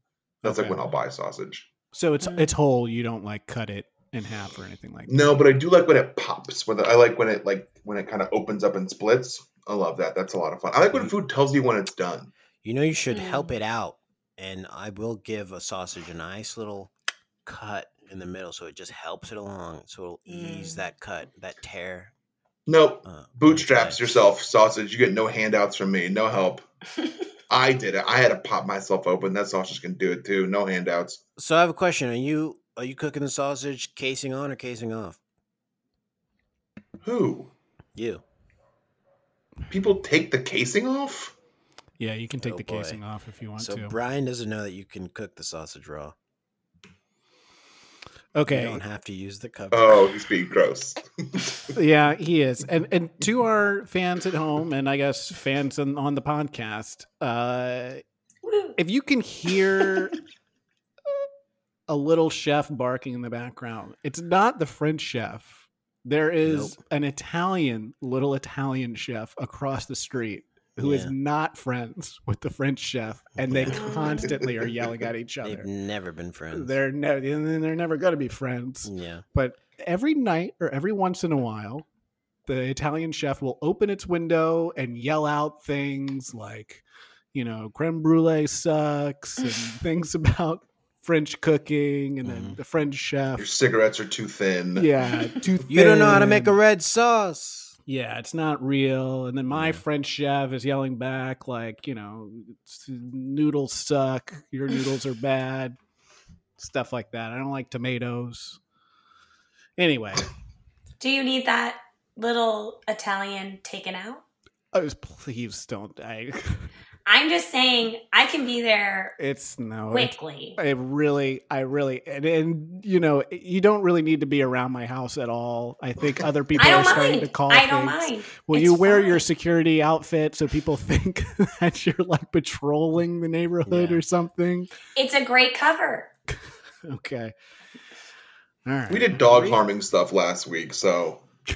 Speaker 3: That's
Speaker 5: Okay.
Speaker 3: like when I'll buy sausage.
Speaker 5: So it's it's whole. You don't like cut it in half or anything like that.
Speaker 3: No, but I do like when it pops. When the, I like when it like when it kind of opens up and splits. I love that. That's a lot of fun. I like when food tells you when it's done.
Speaker 2: You know, you should help
Speaker 4: Mm.
Speaker 2: it out, and I will give a sausage a nice little cut in the middle, so it just helps it along, so it'll ease
Speaker 4: Mm.
Speaker 2: that cut, that tear.
Speaker 3: Nope.
Speaker 2: Uh, on its
Speaker 3: Bootstraps
Speaker 2: way.
Speaker 3: yourself, sausage. You get no handouts from me. No help. I did it. I had to pop myself open. That sausage can do it too. No handouts.
Speaker 2: So I have a question: Are you are you cooking the sausage casing on or casing off?
Speaker 3: Who?
Speaker 2: You.
Speaker 3: People take the casing off?
Speaker 5: Yeah, you can take
Speaker 2: Oh,
Speaker 5: the
Speaker 2: boy.
Speaker 5: casing off if you want
Speaker 2: So
Speaker 5: to.
Speaker 2: Brian doesn't know that you can cook the sausage raw. You
Speaker 5: okay.
Speaker 2: don't have to use the cover.
Speaker 3: Oh, he's being gross.
Speaker 2: *laughs*
Speaker 5: Yeah, he is. And and to our fans at home and I guess fans on, on the podcast, uh
Speaker 4: Woo.
Speaker 5: if you
Speaker 2: *laughs*
Speaker 5: can hear a little chef barking in the background, it's not the French chef. There is an Italian, little Italian chef across the street who is
Speaker 2: Yeah.
Speaker 5: not friends with the French chef, and
Speaker 2: *laughs*
Speaker 5: they
Speaker 4: Mm.
Speaker 5: constantly are yelling at each
Speaker 2: They've
Speaker 5: other.
Speaker 2: never been friends.
Speaker 5: *laughs* They're no, they're never going to be friends.
Speaker 2: yeah.
Speaker 5: But every night or every once in a while, the Italian chef will open its window and yell out things like, you know, creme brulee
Speaker 2: *laughs*
Speaker 5: sucks and things about French cooking and then
Speaker 2: Mhm.
Speaker 5: the French chef.
Speaker 3: Your cigarettes are too thin.
Speaker 5: Yeah, too
Speaker 2: *laughs* You don't know how to make a
Speaker 5: thin.
Speaker 2: red sauce.
Speaker 5: Yeah, it's not real. And then my
Speaker 2: Yeah.
Speaker 5: French chef is yelling back, like, you know, "S- noodles suck. Your noodles are bad. Stuff like that. I don't like tomatoes. Anyway,
Speaker 4: Do you need that little Italian taken out?
Speaker 5: Oh, I was please don't. I
Speaker 4: I'm just saying I can be there
Speaker 5: *laughs* It's no. it-
Speaker 4: quickly.
Speaker 5: I really, I really, and, and you know, you don't really need to be around my house at all.
Speaker 4: *laughs*
Speaker 5: I think other people
Speaker 4: I
Speaker 5: are
Speaker 4: don't
Speaker 5: starting to
Speaker 4: mind.
Speaker 5: call.
Speaker 4: I don't
Speaker 5: things.
Speaker 4: mind.
Speaker 5: Will
Speaker 4: It's
Speaker 5: you wear your
Speaker 4: fine.
Speaker 5: security outfit so people *laughs* think that you're like patrolling the neighborhood
Speaker 2: Yeah.
Speaker 5: or something?
Speaker 4: It's a great cover.
Speaker 5: Okay. All right.
Speaker 3: We did dog harming stuff last week, so
Speaker 4: I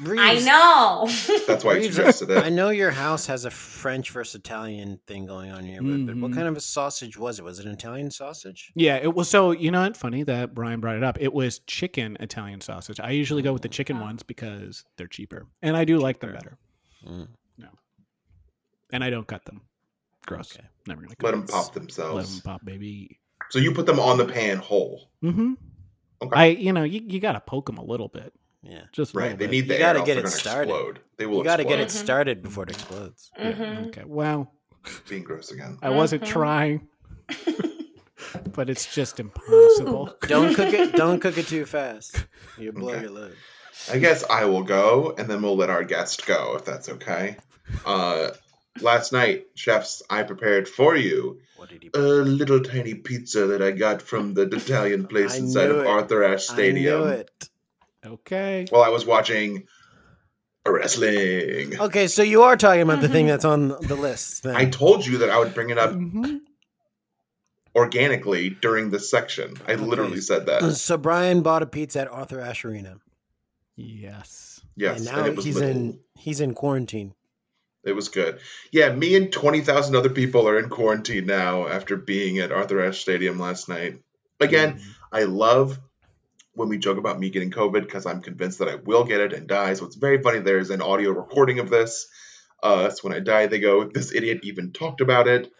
Speaker 2: Reeves,
Speaker 4: know. *laughs*
Speaker 3: that's why I
Speaker 2: Reeves,
Speaker 3: suggested
Speaker 2: I
Speaker 3: it.
Speaker 2: know your house has a French versus Italian thing going on here, but- but what
Speaker 5: Mhm.
Speaker 2: kind of a sausage was it? Was it an Italian sausage?
Speaker 5: Yeah, it was so you know it's funny that Brian brought it up. It was chicken Italian sausage. I usually go with
Speaker 4: Oh,
Speaker 5: the chicken ones because they're cheaper. And I do like them
Speaker 2: Cheaper.
Speaker 5: better.
Speaker 2: Mm,
Speaker 5: And I don't cut them. Gross.
Speaker 2: okay.
Speaker 5: Never gonna cut
Speaker 3: Let them pop
Speaker 5: Let them
Speaker 3: themselves.
Speaker 5: pop, baby.
Speaker 3: So you put them on the pan whole.
Speaker 5: Mm-hmm.
Speaker 3: Okay.
Speaker 5: I you know, you, you gotta poke them a little bit.
Speaker 2: Yeah.
Speaker 5: Just a
Speaker 3: Right.
Speaker 5: little
Speaker 3: They
Speaker 5: bit.
Speaker 3: need
Speaker 2: You
Speaker 3: the air
Speaker 2: gotta
Speaker 3: else,
Speaker 2: get
Speaker 3: they're
Speaker 2: it
Speaker 3: gonna
Speaker 2: started.
Speaker 3: Explode. They will
Speaker 2: You got to get it
Speaker 4: Mhm.
Speaker 3: explode.
Speaker 2: started before it explodes.
Speaker 5: Yeah,
Speaker 4: Mhm.
Speaker 5: Okay. Wow.
Speaker 3: Being gross again.
Speaker 5: I wasn't
Speaker 4: Mhm. *laughs*
Speaker 5: trying. but it's just impossible.
Speaker 2: Don't cook it.
Speaker 3: *laughs*
Speaker 2: Don't cook it too fast. You blow
Speaker 3: Mm-hmm. Okay.
Speaker 2: your lid.
Speaker 3: I guess I will go, and then we'll let our guest go if that's okay. Uh, last night, chefs, I prepared for you
Speaker 2: What did he?
Speaker 3: a little tiny pizza that I got
Speaker 2: *laughs*
Speaker 3: from the Italian place
Speaker 2: I
Speaker 3: inside
Speaker 2: knew
Speaker 3: of
Speaker 2: it.
Speaker 3: Arthur Ashe
Speaker 2: I
Speaker 3: Stadium
Speaker 2: knew it.
Speaker 5: Okay.
Speaker 3: while I was watching wrestling.
Speaker 2: Okay, so you are talking about the thing that's on the list. Then.
Speaker 3: Mm-hmm. I told you that I would bring it up
Speaker 5: Mhm.
Speaker 3: organically during this section. I literally said that.
Speaker 2: so Brian bought a pizza at Arthur Ashe Arena,
Speaker 5: Yes.
Speaker 3: Yes,
Speaker 2: and
Speaker 3: and,
Speaker 2: now
Speaker 3: it was
Speaker 2: he's
Speaker 3: little.
Speaker 2: in he's in quarantine.
Speaker 3: It was good. Yeah, me and 20,000 other people are in quarantine now after being at Arthur Ashe Stadium last night. Again, I love when we joke about me getting COVID because I'm convinced that I will get it and die. So it's very funny. There's an audio recording of this. Uh, so when I die, they go, This idiot even talked about it.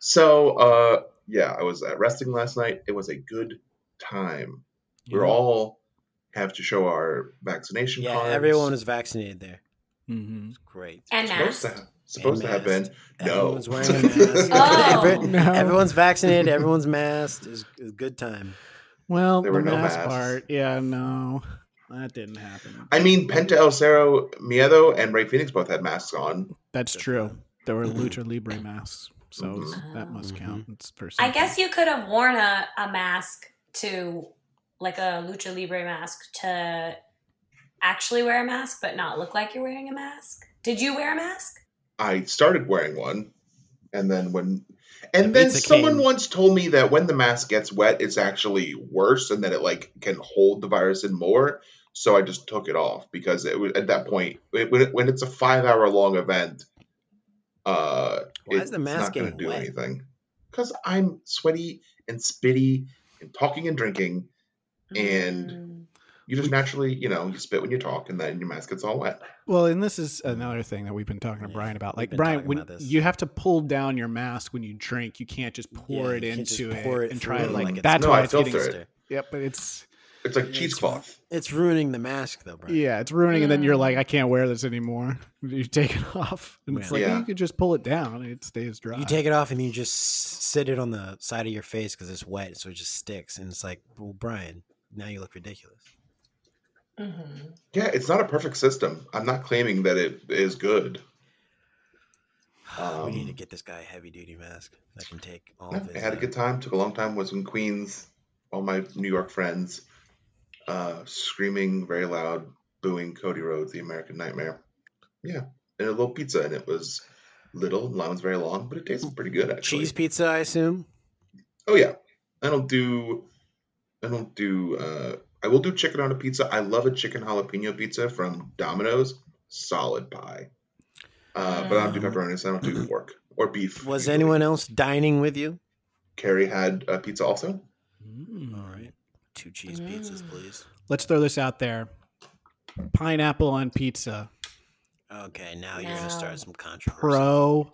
Speaker 3: So, uh, yeah, I was at wrestling last night. It was a good time. We are
Speaker 5: Yeah.
Speaker 3: all have to show our vaccination
Speaker 2: Yeah,
Speaker 3: cards.
Speaker 2: everyone is vaccinated there.
Speaker 5: Mhm.
Speaker 2: It's great.
Speaker 4: and
Speaker 3: supposed
Speaker 4: mask.
Speaker 3: to, ha- supposed to have been.
Speaker 2: masked.
Speaker 3: No.
Speaker 2: Everyone's wearing a
Speaker 3: *laughs*
Speaker 2: mask.
Speaker 4: Oh.
Speaker 5: *laughs*
Speaker 2: Every-
Speaker 5: No.
Speaker 2: Everyone's vaccinated. Everyone's masked. Is a good time.
Speaker 5: Well,
Speaker 3: There
Speaker 5: the
Speaker 3: were no
Speaker 5: mask
Speaker 3: masks.
Speaker 5: part, yeah, no, that didn't happen.
Speaker 3: I mean, Penta El Cerro, Miedo, and Ray Phoenix both had masks on.
Speaker 5: That's true. There were
Speaker 2: Mhm.
Speaker 5: lucha libre masks, so
Speaker 3: Mhm.
Speaker 5: it's- that must
Speaker 2: Mhm.
Speaker 5: count. It's for
Speaker 4: I
Speaker 5: something.
Speaker 4: guess you could have worn a, a mask to, like a lucha libre mask, to actually wear a mask, but not look like you're wearing a mask. Did you wear a mask?
Speaker 3: I started wearing one, and then when, and
Speaker 2: The
Speaker 3: then
Speaker 2: pizza
Speaker 3: someone
Speaker 2: came.
Speaker 3: once told me that when the mask gets wet, it's actually worse, and that it like can hold the virus in more. So I just took it off because it was at that point it, when it, when it's a five hour long event, uh,
Speaker 2: Why is the
Speaker 3: it's
Speaker 2: mask
Speaker 3: not going
Speaker 2: getting
Speaker 3: to do
Speaker 2: wet?
Speaker 3: anything because I'm sweaty and spitty and talking and drinking. And-
Speaker 4: Mm.
Speaker 3: You just naturally, you know, you spit when you talk, and then your mask gets all wet.
Speaker 5: Well, and this is another thing that we've been talking to Brian about.
Speaker 2: We've
Speaker 5: Like
Speaker 2: been
Speaker 5: Brian,
Speaker 2: talking
Speaker 5: when
Speaker 2: about this.
Speaker 5: you have to pull down your mask when you drink, you can't just pour
Speaker 2: Yeah,
Speaker 5: it
Speaker 2: you can't just
Speaker 5: into it,
Speaker 2: pour
Speaker 5: and
Speaker 2: through
Speaker 5: try it.
Speaker 3: it
Speaker 5: Like
Speaker 2: like it's
Speaker 5: that's
Speaker 3: No,
Speaker 5: why
Speaker 3: I
Speaker 5: it's getting.
Speaker 3: filter it.
Speaker 5: Yep, but it's
Speaker 3: It's like
Speaker 2: Yeah, it's
Speaker 3: cheesecloth.
Speaker 2: It's ruining the mask though, Brian.
Speaker 5: yeah, it's ruining. And then you're
Speaker 4: Mm.
Speaker 5: like, I can't wear this anymore. *laughs* You take it off, and it's
Speaker 2: Yeah.
Speaker 5: like
Speaker 3: Yeah.
Speaker 5: you could just pull it down, and it stays dry.
Speaker 2: You take it off and you just sit it on the side of your face because it's wet, so it just sticks. And it's like, well, Brian, now you look ridiculous. *sighs*
Speaker 4: Mhm.
Speaker 3: Yeah, it's not a perfect system. I'm not claiming that it is good.
Speaker 2: we need to
Speaker 3: Um,
Speaker 2: get this guy a heavy duty mask that can take all
Speaker 3: I
Speaker 2: of his.
Speaker 3: had a
Speaker 2: uh,
Speaker 3: good time. Took a long time. Was in Queens. All my New York friends uh, screaming very loud, booing Cody Rhodes, the American Nightmare. Yeah, and a little pizza, and it was little. Line was very long, but it tasted pretty good actually.
Speaker 2: cheese pizza, I assume.
Speaker 3: Oh yeah, I don't do. I don't do. Uh, I will do chicken on a pizza. I love a chicken jalapeno pizza from Domino's. Solid pie. Uh, but I don't do
Speaker 2: Mm.
Speaker 3: pepperonis. I don't
Speaker 4: Mm-hmm.
Speaker 3: do pork or beef.
Speaker 2: Was
Speaker 3: usually.
Speaker 2: anyone else dining with you?
Speaker 3: Carrie had a pizza also.
Speaker 5: Mm.
Speaker 2: All right, two cheese pizzas,
Speaker 4: Mm.
Speaker 2: please.
Speaker 5: Let's throw this out there. Pineapple on pizza.
Speaker 2: Okay, now you're gonna
Speaker 4: No.
Speaker 2: start some controversy.
Speaker 5: Pro.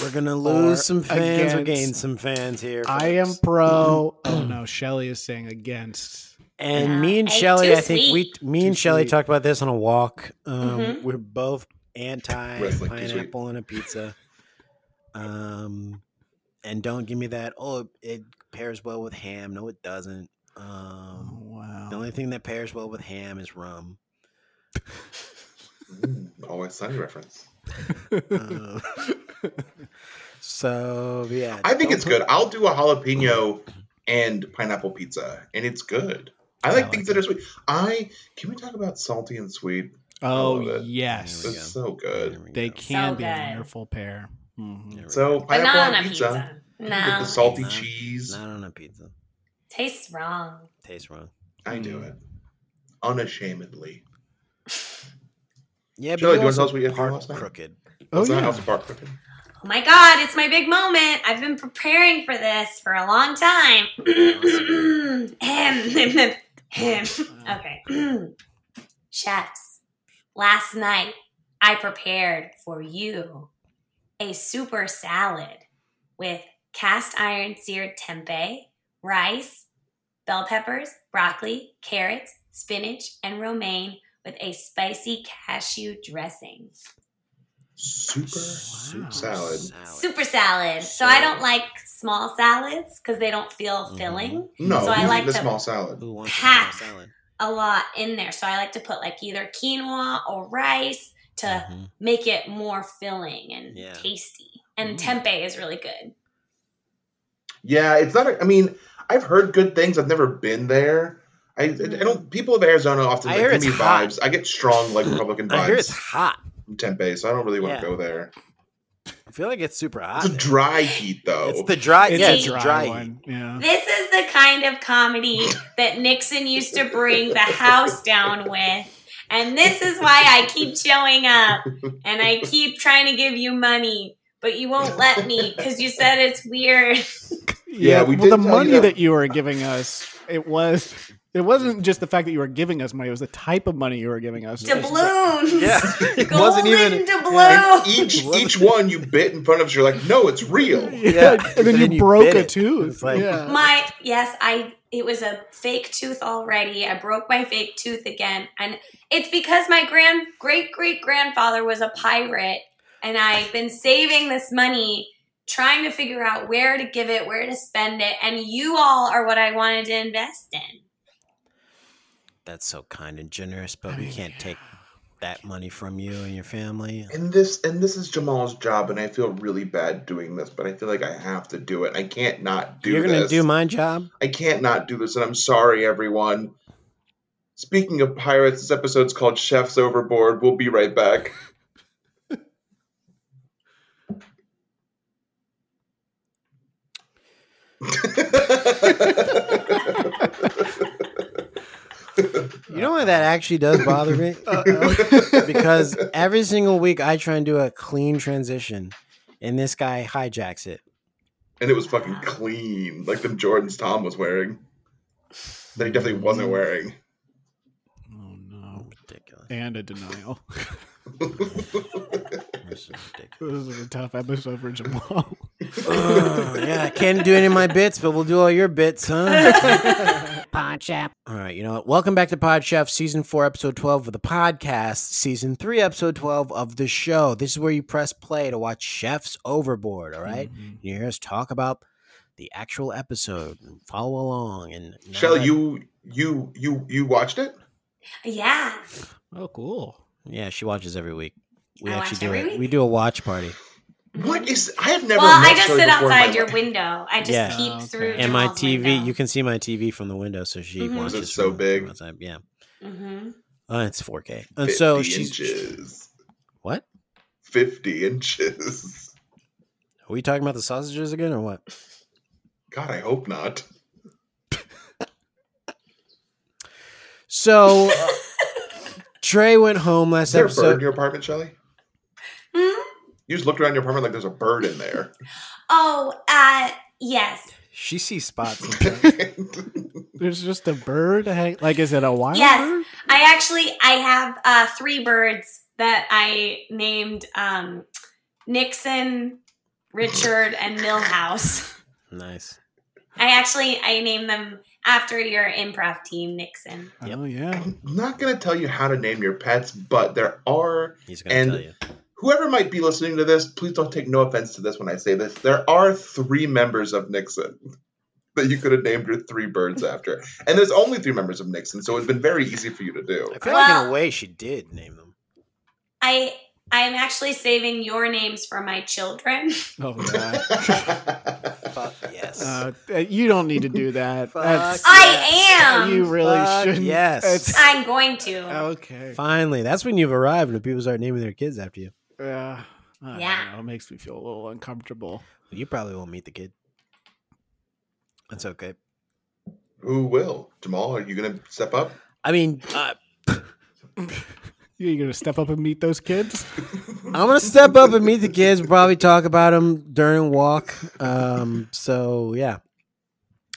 Speaker 2: We're gonna lose
Speaker 5: or
Speaker 2: some fans or gain
Speaker 5: against-
Speaker 2: some fans here.
Speaker 5: I am
Speaker 2: folks.
Speaker 5: pro. oh no, Shelly is saying against.
Speaker 2: And
Speaker 4: Yeah.
Speaker 2: me and
Speaker 4: Hey,
Speaker 2: Shelly,
Speaker 4: too
Speaker 2: I think we, me
Speaker 5: Too
Speaker 2: and Shelly
Speaker 5: sweet.
Speaker 2: talked about this on a walk. Um,
Speaker 4: Mhm.
Speaker 2: We're both anti
Speaker 3: Wrestling, too sweet.
Speaker 2: pineapple on a pizza. Um, and don't give me that. Oh, it, it pairs well with ham. No, it doesn't.
Speaker 5: Oh,
Speaker 2: Um,
Speaker 5: wow.
Speaker 2: the only thing that pairs well with ham is rum.
Speaker 5: *laughs*
Speaker 3: Mm-hmm. Mm, always sunny reference.
Speaker 2: Uh, *laughs* So yeah,
Speaker 3: I think
Speaker 2: don't
Speaker 3: it's
Speaker 2: put-
Speaker 3: good. I'll do a jalapeno and pineapple pizza, and it's good. I
Speaker 2: I
Speaker 3: like things
Speaker 2: like
Speaker 3: that are sweet. I can we talk about salty and sweet?
Speaker 5: Oh
Speaker 3: love it.
Speaker 5: yes,
Speaker 2: There we
Speaker 3: It's
Speaker 2: go.
Speaker 3: so good.
Speaker 2: There we
Speaker 5: they
Speaker 2: go.
Speaker 5: can
Speaker 4: So
Speaker 5: be
Speaker 4: good.
Speaker 5: a wonderful pair. Mhm.
Speaker 2: There we
Speaker 3: So
Speaker 2: go.
Speaker 3: pineapple
Speaker 4: Banana
Speaker 3: on pizza,
Speaker 4: pizza.
Speaker 3: with
Speaker 4: No,
Speaker 3: the salty
Speaker 2: Nah.
Speaker 3: cheese.
Speaker 2: not on a pizza.
Speaker 4: tastes wrong.
Speaker 2: Tastes wrong.
Speaker 3: I
Speaker 2: Hmm.
Speaker 3: do it unashamedly.
Speaker 2: Yeah,
Speaker 3: Shirley,
Speaker 2: but
Speaker 3: do you
Speaker 2: you
Speaker 3: wanna tell us
Speaker 2: also
Speaker 3: what you had for
Speaker 2: part
Speaker 3: last night?
Speaker 2: crooked.
Speaker 5: Oh
Speaker 3: It's not
Speaker 5: yeah.
Speaker 3: House of Park cooking.
Speaker 4: Oh my god, it's my big moment. I've been preparing for this for a long time. Ahem, ahem, okay. *clears throat* Chefs, last night I prepared for you a super salad with cast iron seared tempeh, rice, bell peppers, broccoli, carrots, spinach, and romaine with a spicy cashew dressing.
Speaker 3: Super
Speaker 5: Wow.
Speaker 3: soup salad.
Speaker 4: super salad. So I don't like small salads because they don't
Speaker 2: Mm-hmm.
Speaker 4: feel filling
Speaker 3: No,
Speaker 4: So I
Speaker 3: you
Speaker 4: like
Speaker 3: the
Speaker 4: to-
Speaker 3: small salad.
Speaker 2: Who wants a
Speaker 4: pack.
Speaker 2: small salad?
Speaker 4: a lot in there. So I like to put like either quinoa or rice to
Speaker 5: Mm-hmm.
Speaker 2: Mhm.
Speaker 4: make it more filling and
Speaker 2: Yeah.
Speaker 4: tasty.
Speaker 2: Mm.
Speaker 4: And tempeh is really good.
Speaker 3: Yeah, it's not. A, I mean, I've heard good things. I've never been there. I, I don't. People of Arizona often
Speaker 2: Hmm. I
Speaker 3: like,
Speaker 2: hear
Speaker 3: give me
Speaker 2: it's hot.
Speaker 3: vibes. I get strong like Republican
Speaker 2: *laughs* I hear it's
Speaker 3: vibes
Speaker 2: hot.
Speaker 3: from tempeh, so I don't really want
Speaker 2: Yeah.
Speaker 3: to go there.
Speaker 2: I feel like it's super hot.
Speaker 3: It's a
Speaker 2: there. *laughs*
Speaker 3: dry heat though.
Speaker 2: It's the dry.
Speaker 5: It's
Speaker 2: yeah,
Speaker 4: a
Speaker 2: it's
Speaker 5: dry,
Speaker 2: dry. heat.
Speaker 5: one.
Speaker 4: *laughs*
Speaker 5: Yeah.
Speaker 4: This is the kind
Speaker 2: *laughs*
Speaker 4: of comedy that Nixon used to bring the house down with. And this is why I
Speaker 2: *laughs*
Speaker 4: keep showing up and I keep trying to give you money, but you won't let me because you said it's weird. *laughs*
Speaker 5: Yeah,
Speaker 3: we did
Speaker 5: well, the
Speaker 3: tell you
Speaker 5: money
Speaker 3: that.
Speaker 5: that you were giving us, it was it wasn't just the fact that you were giving us money, it was the type of money you were giving
Speaker 2: *laughs*
Speaker 5: us.
Speaker 4: Doubloons.
Speaker 2: Yeah, it wasn't
Speaker 4: Golden
Speaker 2: even. *laughs*
Speaker 4: doubloon.
Speaker 3: each each one you bit in front of us, you're like, no, it's real.
Speaker 5: *laughs* Yeah.
Speaker 2: Yeah.
Speaker 5: And then,
Speaker 2: Then
Speaker 5: you,
Speaker 2: you
Speaker 5: broke
Speaker 2: bit
Speaker 5: a
Speaker 2: it.
Speaker 5: tooth.
Speaker 2: It's like-
Speaker 5: yeah.
Speaker 4: my yes i it was a fake tooth already i broke my fake tooth again and it's because my grand great great grandfather was a pirate and i've been saving this money trying to figure out where to give it where to spend it and you all are what i wanted to invest in
Speaker 2: That's so kind and generous, but
Speaker 5: I
Speaker 2: we
Speaker 5: mean,
Speaker 2: can't take that money from you and your family.
Speaker 3: And this and this is Jamal's job, and I feel really bad doing this, but I feel like I have to do it. I can't not do
Speaker 2: You're
Speaker 3: this.
Speaker 2: gonna do my job.
Speaker 3: I can't not do this, and I'm sorry, everyone. Speaking of pirates, this episode's called Chefs Overboard. We'll be right back.
Speaker 2: You know why that actually
Speaker 3: *laughs*
Speaker 2: does bother me? *laughs* because every single week I try and do a clean transition, and this guy hijacks it.
Speaker 3: and it was fucking clean, like the Jordans Tom was wearing. That he definitely wasn't wearing.
Speaker 5: Oh no.
Speaker 2: Ridiculous.
Speaker 5: And a denial. *laughs*
Speaker 2: This is ridiculous.
Speaker 5: this is a tough episode for Jamal.
Speaker 2: Ugh, yeah, I can't do any of my bits, but we'll do all your bits, huh?
Speaker 4: *laughs*
Speaker 6: Pod Chef.
Speaker 2: all right, you know what? Welcome back to Pod Chef, Season 4, Episode 12 of the podcast, Season 3, Episode 12 of the show. This is where you press play to watch Chefs Overboard, all right?
Speaker 5: Mm-hmm.
Speaker 4: Mm-hmm.
Speaker 2: You hear us talk about the actual episode and follow along. And now
Speaker 3: Shell,
Speaker 2: that-
Speaker 3: you you you you watched it?
Speaker 4: yeah
Speaker 5: Oh cool.
Speaker 2: Yeah, she watches every week. We
Speaker 4: I
Speaker 2: actually
Speaker 4: watch
Speaker 2: do
Speaker 4: every
Speaker 2: it.
Speaker 4: week.
Speaker 2: We do a watch party.
Speaker 3: What is? I have never.
Speaker 4: well
Speaker 3: met
Speaker 4: i just
Speaker 3: Shelley
Speaker 4: sit
Speaker 3: before in my
Speaker 4: outside your
Speaker 3: life.
Speaker 4: window i just
Speaker 2: Yeah.
Speaker 4: peep
Speaker 5: Oh, okay.
Speaker 4: through
Speaker 2: And my TV, you can see my TV from the window, so she
Speaker 4: Mhm. 'Cause
Speaker 2: watches.
Speaker 3: it's so
Speaker 2: from the- from
Speaker 3: big.
Speaker 2: outside. Yeah,
Speaker 4: hmm
Speaker 2: uh, it's 4K, and so
Speaker 3: 50
Speaker 2: she's
Speaker 3: inches.
Speaker 2: what?
Speaker 3: Fifty inches.
Speaker 2: Are we talking about the sausages again, or what?
Speaker 3: God, I hope not.
Speaker 2: So uh, Trey went home last
Speaker 3: Is there a bird in
Speaker 2: episode.
Speaker 3: your apartment, Shelley?
Speaker 4: Hmm?
Speaker 3: You just looked around your apartment like there's a bird
Speaker 2: *laughs*
Speaker 3: in there.
Speaker 4: oh uh yes
Speaker 2: She sees spots.
Speaker 3: *laughs*
Speaker 5: There's just a bird hang- like is it a wild
Speaker 4: Yes.
Speaker 5: bird?
Speaker 4: I actually I have uh, three birds that I named um, Nixon, Richard, and Millhouse.
Speaker 2: nice.
Speaker 4: I actually I named them after your improv team, Nixon.
Speaker 2: Yep.
Speaker 5: Oh yeah.
Speaker 3: I'm not gonna tell you how to name your pets, but there are
Speaker 2: He's gonna
Speaker 3: And-
Speaker 2: tell you.
Speaker 3: whoever might be listening to this, please don't take no offense to this when I say this. There are three members of Nixon that you could have named your three birds after. And there's only three members of
Speaker 2: *laughs*
Speaker 3: Nixon, so it's been very easy for you to do. *laughs*
Speaker 2: I feel like in
Speaker 4: Well-
Speaker 2: a way she did name them.
Speaker 4: I I'm actually saving your names for my children. *laughs*
Speaker 5: Oh, God.
Speaker 2: Fuck yes.
Speaker 5: Uh, you don't need to do that.
Speaker 2: *laughs* Fuck
Speaker 5: That's-
Speaker 4: I am.
Speaker 5: You really
Speaker 2: Fuck
Speaker 5: shouldn't.
Speaker 2: yes.
Speaker 5: It's-
Speaker 4: I'm going to.
Speaker 2: Oh,
Speaker 5: okay.
Speaker 2: Finally, that's when you've arrived when people start naming their kids after you.
Speaker 5: Yeah. I don't
Speaker 4: Yeah.
Speaker 5: know, It makes me feel a little uncomfortable.
Speaker 2: You probably won't meet the kid. That's okay.
Speaker 3: Who will? Jamal, are you going to step up?
Speaker 2: I mean, uh,
Speaker 5: You're going to step up and meet those kids?
Speaker 2: I'm gonna step up and meet the kids. We'll probably talk about them during walk. Um, so yeah,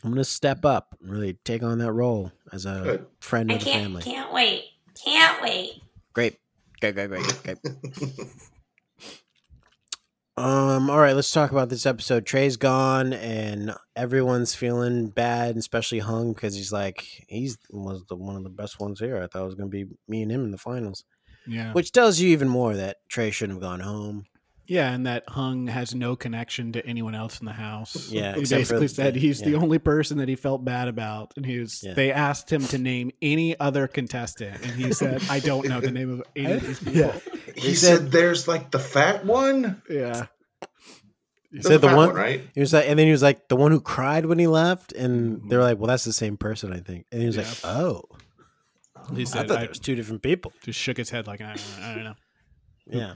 Speaker 2: I'm gonna step up and really take on that role as a
Speaker 3: Good.
Speaker 2: friend
Speaker 4: I
Speaker 2: of the
Speaker 4: can't.
Speaker 2: family.
Speaker 4: Can't wait. Can't wait.
Speaker 2: Great, great, great, great, great. um, all right, let's talk about this episode. Trey's gone, and everyone's feeling bad, especially Hung, because he's like he's was the one of the best ones here. I thought it was gonna be me and him in the finals,
Speaker 5: Yeah.
Speaker 2: which tells you even more that Trey shouldn't have gone home.
Speaker 5: Yeah, and that Hung has no connection to anyone else in the house.
Speaker 2: Yeah,
Speaker 5: he
Speaker 2: except for-
Speaker 5: basically said he's the
Speaker 2: yeah.
Speaker 5: only person that he felt bad about, and he was.
Speaker 2: Yeah.
Speaker 5: They asked him to name any other contestant, and he said, "I don't know the name of any of these people."
Speaker 2: *laughs* Yeah.
Speaker 5: Yeah,
Speaker 3: he
Speaker 2: He
Speaker 3: said,
Speaker 2: said-
Speaker 3: there's like the fat one. There's
Speaker 2: said
Speaker 3: a
Speaker 2: the
Speaker 3: fat
Speaker 2: one-
Speaker 3: right?
Speaker 2: He was like, and then he was like, the one who cried when he left, and they were like, well, that's the same person, I think. And he was like, oh,
Speaker 5: He
Speaker 2: I
Speaker 5: said,
Speaker 2: thought
Speaker 5: I,
Speaker 2: it was two different people.
Speaker 5: just shook his head like, "I don't know." I don't know.
Speaker 2: Yeah,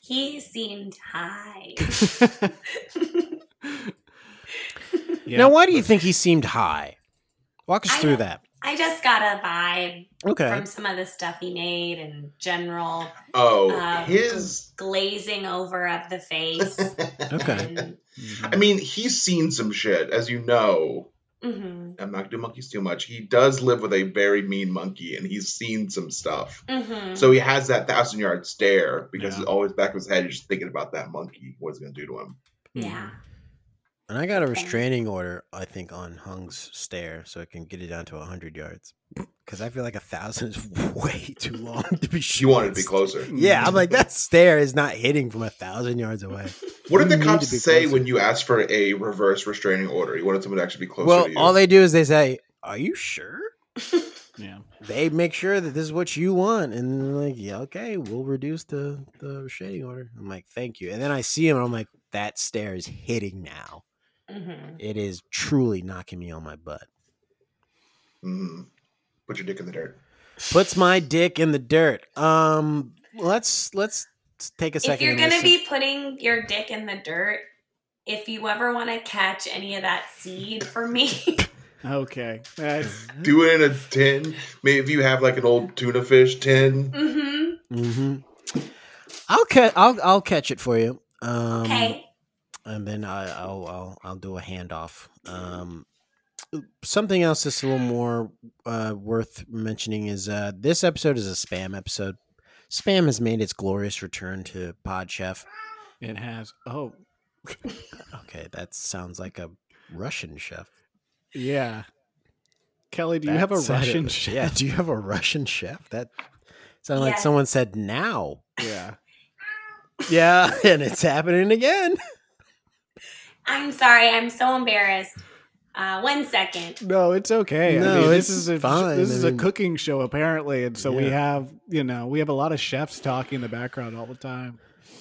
Speaker 4: He seemed
Speaker 2: *laughs*
Speaker 4: high.
Speaker 5: Yeah.
Speaker 2: Now, why do you think he seemed high? Walk us
Speaker 4: I
Speaker 2: through
Speaker 4: don't-
Speaker 2: that.
Speaker 4: I just got a vibe
Speaker 2: Okay.
Speaker 4: from some of the stuff he made and general
Speaker 3: Oh,
Speaker 4: Uh,
Speaker 3: his.
Speaker 4: glazing over of the face.
Speaker 2: *laughs* Okay.
Speaker 4: And,
Speaker 3: I mean, he's seen some shit, as you know.
Speaker 4: mhm,
Speaker 3: I'm not gonna do monkeys too much. He does live with a very mean monkey, and he's seen some stuff.
Speaker 4: mhm.
Speaker 3: So he has that thousand yard stare because
Speaker 5: Yeah.
Speaker 3: it's always back of his head, he's just thinking about that monkey, what it's gonna do to him.
Speaker 4: yeah.
Speaker 2: And I got a restraining order, I think, on Hung's stare so I can get it down to 100 yards. Because I feel like a 1,000 is *laughs* way too long to be
Speaker 3: You
Speaker 2: sure.
Speaker 3: want it to be closer.
Speaker 2: Yeah, I'm like, that stare is not hitting from a 1,000 yards away.
Speaker 3: What did
Speaker 2: You
Speaker 3: the
Speaker 2: need
Speaker 3: cops
Speaker 2: to be
Speaker 3: say
Speaker 2: closer.
Speaker 3: when you asked for a reverse restraining order? You wanted someone to actually be *laughs* closer
Speaker 2: Well,
Speaker 3: to you.
Speaker 2: all they do is they say, are you sure?
Speaker 5: yeah.
Speaker 2: they make sure that this is what you want and they're like yeah okay we'll reduce the the shading order i'm like thank you and then i see him and i'm like that stare is hitting now
Speaker 4: mhm.
Speaker 2: it is truly knocking me on my butt
Speaker 3: Mhm. Put your dick in the dirt.
Speaker 2: puts my dick in the dirt um let's let's take a second
Speaker 4: If you're
Speaker 2: and
Speaker 4: going to
Speaker 2: listen.
Speaker 4: be putting your dick in the dirt, if you ever want to catch any of that seed for me, *laughs*
Speaker 5: Okay. That's-
Speaker 3: Do it in a tin. Maybe if you have like an old tuna fish tin.
Speaker 4: mhm,
Speaker 2: hmm i'll catch I'll, I'll catch it for you um
Speaker 4: okay.
Speaker 2: and then I, I'll, I'll I'll do a handoff. Um, something else that's a little more uh, worth mentioning is uh, this episode is a spam episode. Spam has made its glorious return to Pod Chef.
Speaker 5: it has. Oh,
Speaker 2: Okay, that sounds like a Russian chef.
Speaker 5: yeah. Kelly, do you
Speaker 2: That
Speaker 5: have a
Speaker 2: sounded-
Speaker 5: Russian shit?
Speaker 2: Yeah, do you have a Russian chef? That sounded like
Speaker 4: Yes.
Speaker 2: someone said now.
Speaker 5: Yeah.
Speaker 2: Yeah, *laughs* and it's happening again.
Speaker 4: I'm sorry. I'm so embarrassed. Uh, one second.
Speaker 5: No, it's okay.
Speaker 2: No,
Speaker 5: I mean,
Speaker 2: it's
Speaker 5: this is a
Speaker 2: fine.
Speaker 5: this
Speaker 2: I
Speaker 5: is
Speaker 2: mean-
Speaker 5: a cooking show apparently, and so we
Speaker 2: Yeah.
Speaker 5: have you know we have a lot of chefs talking in the background all the time.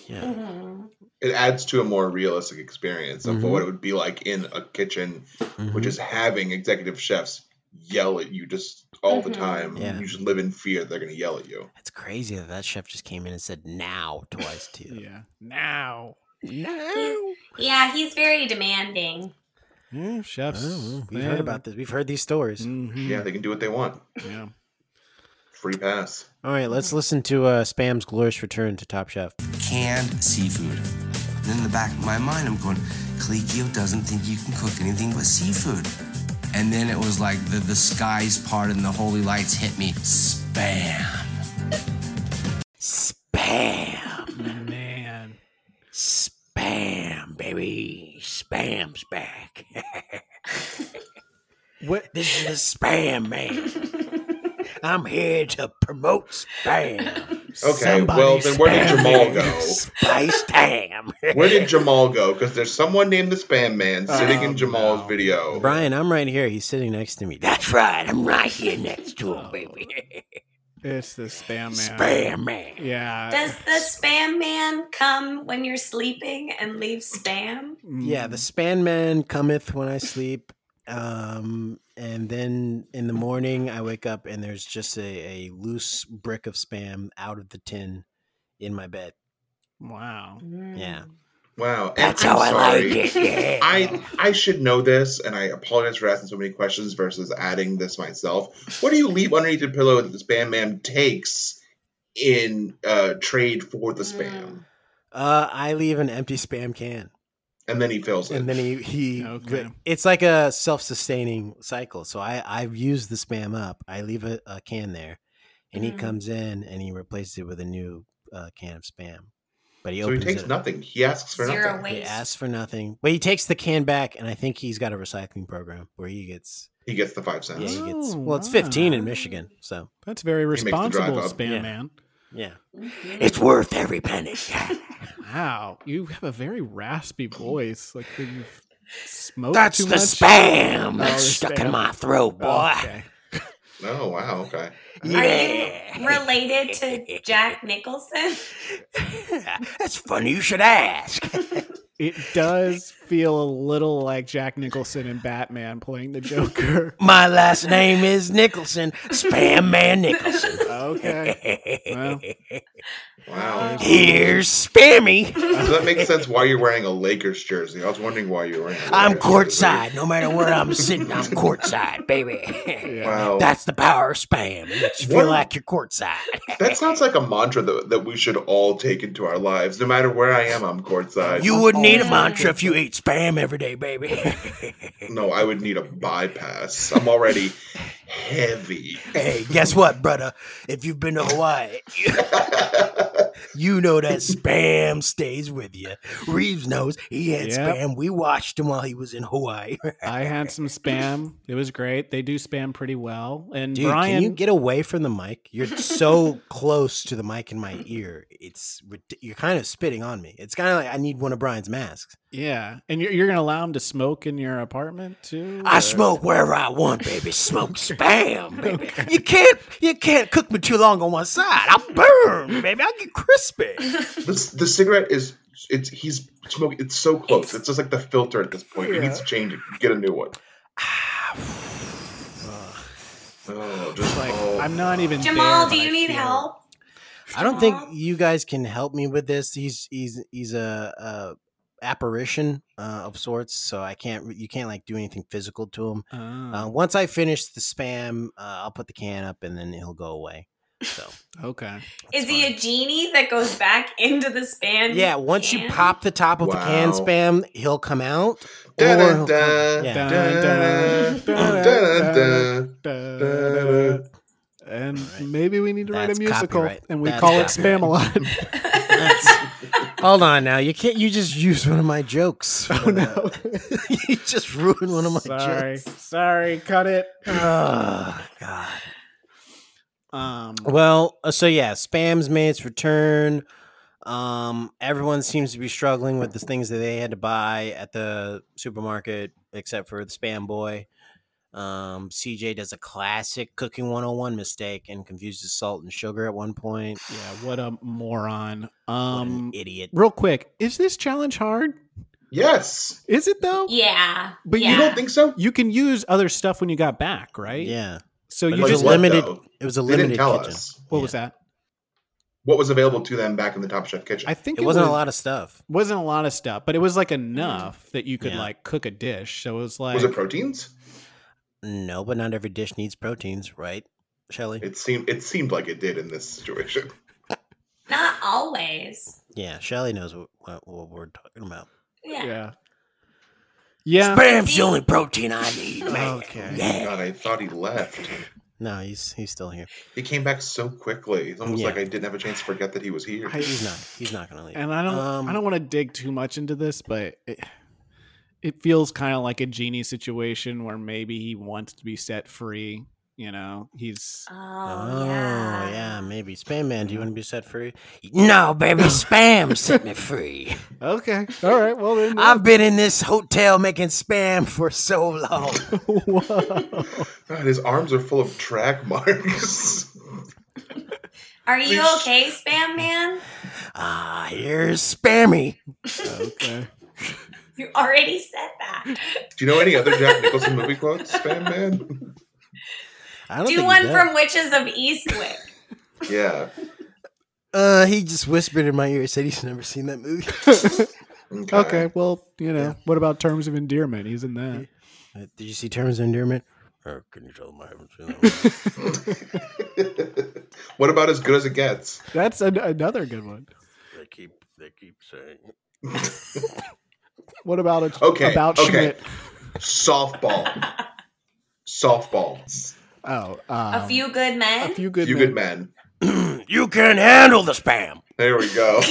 Speaker 2: Yeah,
Speaker 4: Mhm.
Speaker 3: It adds to a more realistic experience of
Speaker 5: Mm-hmm.
Speaker 2: Mhm.
Speaker 3: what it would be like in a kitchen which is having executive chefs yell at you just all the
Speaker 4: Mhm.
Speaker 3: time.
Speaker 2: Yeah.
Speaker 3: You should live in fear they're going to yell at you.
Speaker 2: it's crazy that that chef just came in and said now twice to you.
Speaker 5: Yeah. Now.
Speaker 2: Now.
Speaker 4: Yeah, he's very demanding.
Speaker 5: Yeah, chefs.
Speaker 2: Oh, we've heard about this. We've heard these stories.
Speaker 5: Mhm,
Speaker 3: Yeah, they can do what they want.
Speaker 5: yeah.
Speaker 3: Free pass.
Speaker 2: All right, let's listen to uh, Spam's glorious return to Top Chef.
Speaker 6: canned seafood. And in the back of my mind, I'm going, Colicchio doesn't think you can cook anything but seafood. And then it was like the, the skies parted and the holy lights hit me. Spam.
Speaker 2: Spam,
Speaker 5: Man.
Speaker 2: spam, baby, spam's back. *laughs*
Speaker 5: What?
Speaker 2: this is the spam man. I'm here to promote spam.
Speaker 3: Okay, well, then where did Jamal go?
Speaker 2: Spice Tam.
Speaker 3: Where did Jamal go? Because there's someone named the Spam Man sitting
Speaker 5: Oh,
Speaker 3: in Jamal's
Speaker 5: no.
Speaker 3: video.
Speaker 2: Brian, I'm right here. He's sitting next to me. That's right. I'm right here next to him, baby. *laughs*
Speaker 5: It's the spam man.
Speaker 2: Spam man.
Speaker 5: Yeah.
Speaker 4: Does the spam man come when you're sleeping and leave spam?
Speaker 5: Mm.
Speaker 2: Yeah, the span man cometh when I sleep. Um, and then in the morning, I wake up and there's just a, a loose brick of spam out of the tin in my bed.
Speaker 5: wow.
Speaker 4: Mm.
Speaker 2: Yeah.
Speaker 3: Wow. And I'm sorry. I I should know this, and I apologize for asking so many questions versus adding this myself. What do you leave underneath the pillow that the spam man takes in uh, trade for the
Speaker 4: Hmm.
Speaker 3: spam,
Speaker 2: Uh, I leave an empty spam can,
Speaker 3: and then he fills it?
Speaker 2: and then he he.
Speaker 5: Okay.
Speaker 2: It's like a self-sustaining cycle. So I I've used the spam up. I leave a, a can there, and he
Speaker 5: Mm.
Speaker 4: Mhm.
Speaker 2: comes in and he replaces it with a new uh, can of spam. But he
Speaker 3: so he
Speaker 2: opens
Speaker 3: takes
Speaker 2: it.
Speaker 3: nothing. He asks for
Speaker 4: Zero
Speaker 3: nothing.
Speaker 4: waste.
Speaker 2: He asks for nothing, but he takes the can back, and I think he's got a recycling program where he gets.
Speaker 3: He gets the five
Speaker 2: Yeah,
Speaker 3: cents.
Speaker 2: he gets.
Speaker 5: Oh,
Speaker 2: Well, it's fifteen in
Speaker 5: wow.
Speaker 2: Michigan, so
Speaker 5: That's very
Speaker 3: makes the drive
Speaker 5: responsible,
Speaker 3: up.
Speaker 5: spam
Speaker 2: Yeah.
Speaker 5: man.
Speaker 2: yeah.
Speaker 4: Mhm.
Speaker 2: It's worth every penny.
Speaker 5: Wow. You have a very raspy voice. Like when you've
Speaker 2: *laughs*
Speaker 5: smoked
Speaker 2: That's
Speaker 5: too
Speaker 2: the
Speaker 5: much. Oh,
Speaker 2: spam that's
Speaker 5: the
Speaker 2: stuck
Speaker 5: spam.
Speaker 2: in my throat, boy.
Speaker 5: Okay.
Speaker 3: Oh wow. Okay.
Speaker 4: Are
Speaker 2: *laughs* Yeah.
Speaker 4: you related to
Speaker 2: *laughs*
Speaker 4: Jack Nicholson?
Speaker 2: That's funny. You should
Speaker 5: *laughs*
Speaker 2: ask.
Speaker 5: It does feel a little like Jack Nicholson and Batman playing
Speaker 2: *laughs*
Speaker 5: the Joker.
Speaker 2: My last name is Nicholson. Spam Man Nicholson.
Speaker 5: Okay. Well.
Speaker 3: Wow.
Speaker 4: Oh.
Speaker 2: Here's Spammy.
Speaker 3: So that makes sense why you're wearing a Lakers jersey. I was wondering why you were wearing. a
Speaker 2: I'm
Speaker 3: Lakers jersey.
Speaker 2: courtside. No matter where I'm sitting, I'm courtside, baby.
Speaker 5: Yeah.
Speaker 3: Wow.
Speaker 2: That's the power of spam. It makes you
Speaker 3: What-
Speaker 2: feel like you're courtside.
Speaker 3: That sounds like a mantra that, that we should all take into our lives. No matter where I am, I'm courtside.
Speaker 2: You wouldn't need a mantra if you ate spam every day, baby. *laughs*
Speaker 3: No, I would need a bypass. I'm already heavy.
Speaker 2: hey, guess what, brother? If you've been to Hawaii, *laughs* you know that spam stays with you. Reeves knows he had
Speaker 5: Yep.
Speaker 2: spam. We watched him while he was in Hawaii. *laughs*
Speaker 5: I had some spam. It was great. They do spam pretty well. And
Speaker 2: Dude,
Speaker 5: Brian,
Speaker 2: can you get away from the mic? You're so close to the mic in my ear. It's rid- you're kind of spitting on me. It's kind of like I need one of Brian's masks.
Speaker 5: yeah, and you're, you're gonna allow him to smoke in your apartment too?
Speaker 2: I
Speaker 5: or-
Speaker 2: smoke wherever I want, baby. Smoke spam, baby. You can't you can't cook me too long on one side. I'll burn, baby. I'll get crispy.
Speaker 3: This the cigarette is it's he's smoking it's so close. It's, just like the filter at this point. He needs to change it. Get a new one. Oh, just
Speaker 5: Like,
Speaker 3: oh.
Speaker 5: I'm not even. there,
Speaker 4: Jamal,
Speaker 5: but
Speaker 4: do you
Speaker 5: I
Speaker 4: need
Speaker 5: feel-
Speaker 4: help?
Speaker 2: I don't think
Speaker 4: Aw.
Speaker 2: you guys can help me with this. He's he's he's a, a apparition uh, of sorts, so I can't you can't like do anything physical to him.
Speaker 5: Oh.
Speaker 2: Uh, once I finish the spam, uh, I'll put the can up and then he'll go away. So
Speaker 5: okay.
Speaker 4: Is he a genie that goes back into the span?
Speaker 2: yeah, once you
Speaker 4: can?
Speaker 2: pop *laughs* the top of the can
Speaker 3: Wow.
Speaker 2: spam, he'll come out.
Speaker 3: Dun,
Speaker 2: or
Speaker 3: dun,
Speaker 2: he'll
Speaker 3: dun,
Speaker 2: come- yeah.
Speaker 3: dun, dun, dun, dun, dun.
Speaker 5: Da, da, da.
Speaker 3: dun.
Speaker 5: And
Speaker 2: Alright.
Speaker 5: maybe we need to write
Speaker 2: That's
Speaker 5: a musical,
Speaker 2: copyright.
Speaker 5: and we
Speaker 2: That's
Speaker 5: call it
Speaker 2: copyright.
Speaker 5: Spam a lot.
Speaker 2: That's- hold on now, you can't. You just used one of my jokes.
Speaker 5: *laughs* Oh no!
Speaker 2: *laughs* you just ruined *laughs* one of my
Speaker 5: sorry,
Speaker 2: jokes.
Speaker 5: sorry, cut it.
Speaker 2: Oh god.
Speaker 5: Um,
Speaker 2: Well, uh, so yeah, spam's made its return. Um, everyone seems to be struggling with the things that they had to buy at the supermarket, except for the spam boy. Um, CJ does a classic cooking 101 mistake and confuses salt and sugar at one point.
Speaker 5: yeah, what a moron.
Speaker 2: What an
Speaker 5: Um,
Speaker 2: idiot.
Speaker 5: real quick, is this challenge hard?
Speaker 3: Yes.
Speaker 5: Is it though?
Speaker 4: *laughs* Yeah.
Speaker 5: But you
Speaker 4: yeah.
Speaker 3: You don't think so?
Speaker 5: You can use other stuff when you got back, right?
Speaker 2: Yeah.
Speaker 5: So
Speaker 2: But
Speaker 5: you
Speaker 2: it was
Speaker 5: just
Speaker 2: a
Speaker 3: what,
Speaker 2: limited
Speaker 3: though?
Speaker 2: it was a
Speaker 3: They didn't
Speaker 2: limited
Speaker 3: tell
Speaker 2: kitchen.
Speaker 3: us
Speaker 5: what
Speaker 2: Yeah.
Speaker 5: was that?
Speaker 3: what was available to them back in the Top Chef kitchen.
Speaker 5: I think
Speaker 2: It wasn't a
Speaker 5: was-
Speaker 2: lot of stuff.
Speaker 5: Wasn't a lot of stuff, but it was like enough that you could
Speaker 2: Yeah.
Speaker 5: like cook a dish. So it was like
Speaker 3: was it proteins?
Speaker 2: No, but not every dish needs proteins, right, Shelly?
Speaker 3: It seemed it seemed like it did in this situation.
Speaker 4: Not always.
Speaker 2: Yeah, Shelly knows what, what, what we're talking about.
Speaker 4: Yeah.
Speaker 5: yeah, yeah.
Speaker 2: Spam's the only protein I need, man.
Speaker 5: Okay.
Speaker 2: Yeah.
Speaker 3: God, I thought he left.
Speaker 2: *laughs* No, he's he's still here.
Speaker 3: He came back so quickly. It's almost
Speaker 2: Yeah.
Speaker 3: like I didn't have a chance to forget that he was here.
Speaker 5: I-
Speaker 2: He's not. He's not gonna leave.
Speaker 5: and I don't
Speaker 2: Um,
Speaker 5: I don't want to dig too much into this, but it, it feels kind of like a genie situation where maybe he wants to be set free. You know, he's
Speaker 4: Oh,
Speaker 2: Oh
Speaker 4: yeah.
Speaker 2: yeah. maybe spam man. Do you want to be set free? No, baby, spam set me
Speaker 5: *laughs*
Speaker 2: free.
Speaker 5: okay. All right. Well then,
Speaker 2: I've been in this hotel making spam for so long.
Speaker 5: Whoa.
Speaker 3: God, his arms are full of track *laughs* marks.
Speaker 4: Are you okay, Spam Man?
Speaker 2: Ah, here's spammy.
Speaker 5: Okay.
Speaker 4: You already said that.
Speaker 3: Do you know any other Jack Nicholson movie quotes, Spam Man?
Speaker 2: I don't think
Speaker 4: Do
Speaker 2: he
Speaker 4: one
Speaker 2: does.
Speaker 4: from Witches of Eastwick.
Speaker 3: Yeah.
Speaker 2: Uh, he just whispered in my ear. Said he's never seen that
Speaker 5: *laughs*
Speaker 2: movie.
Speaker 3: Okay.
Speaker 5: Okay. Well, you know, what about terms of endearment? He's in that.
Speaker 2: Uh, Did you see Terms of Endearment? Or Uh, can you tell them I haven't seen that one?
Speaker 3: what about as good as it gets?
Speaker 5: That's an, another good one.
Speaker 2: they keep they keep saying.
Speaker 5: *laughs* What about a,
Speaker 3: Okay,
Speaker 5: about
Speaker 3: okay.
Speaker 5: Schmidt?
Speaker 3: Softball. Softball.
Speaker 5: Oh,
Speaker 4: A
Speaker 5: um,
Speaker 4: few good men.
Speaker 5: a few good
Speaker 3: you
Speaker 5: men.
Speaker 3: good man.
Speaker 2: You can handle the spam.
Speaker 3: There we
Speaker 5: *laughs*
Speaker 3: go.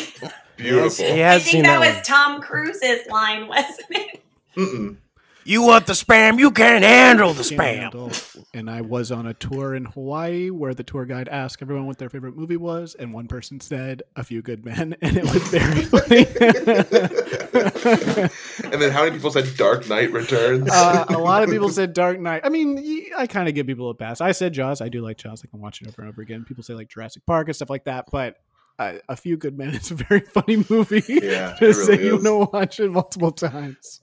Speaker 3: Beautiful.
Speaker 2: He
Speaker 4: I
Speaker 2: has
Speaker 4: think
Speaker 2: seen
Speaker 4: that,
Speaker 2: that,
Speaker 4: was
Speaker 2: one.
Speaker 4: Tom Cruise's line, *laughs* wasn't it?
Speaker 3: Mm-mm.
Speaker 2: You want the spam? You can handle the spam.
Speaker 5: Scandal. And I was on a tour in Hawaii where the tour guide asked everyone what their favorite movie was, and one person said "A Few Good Men," *laughs* and it
Speaker 3: *laughs*
Speaker 5: was very funny.
Speaker 3: And then how many people said Dark Knight Returns?
Speaker 5: uh, a lot of people said Dark Knight. I mean, y- I kind of give people a pass. I said Jaws. I do like Jaws. I can watch it over and over again. People say like Jurassic Park and stuff like that, but. Uh, a few good men *laughs* is a very funny movie.
Speaker 3: Yeah, it
Speaker 5: *laughs* just
Speaker 3: really
Speaker 5: say you
Speaker 3: is.
Speaker 5: know watch it multiple times.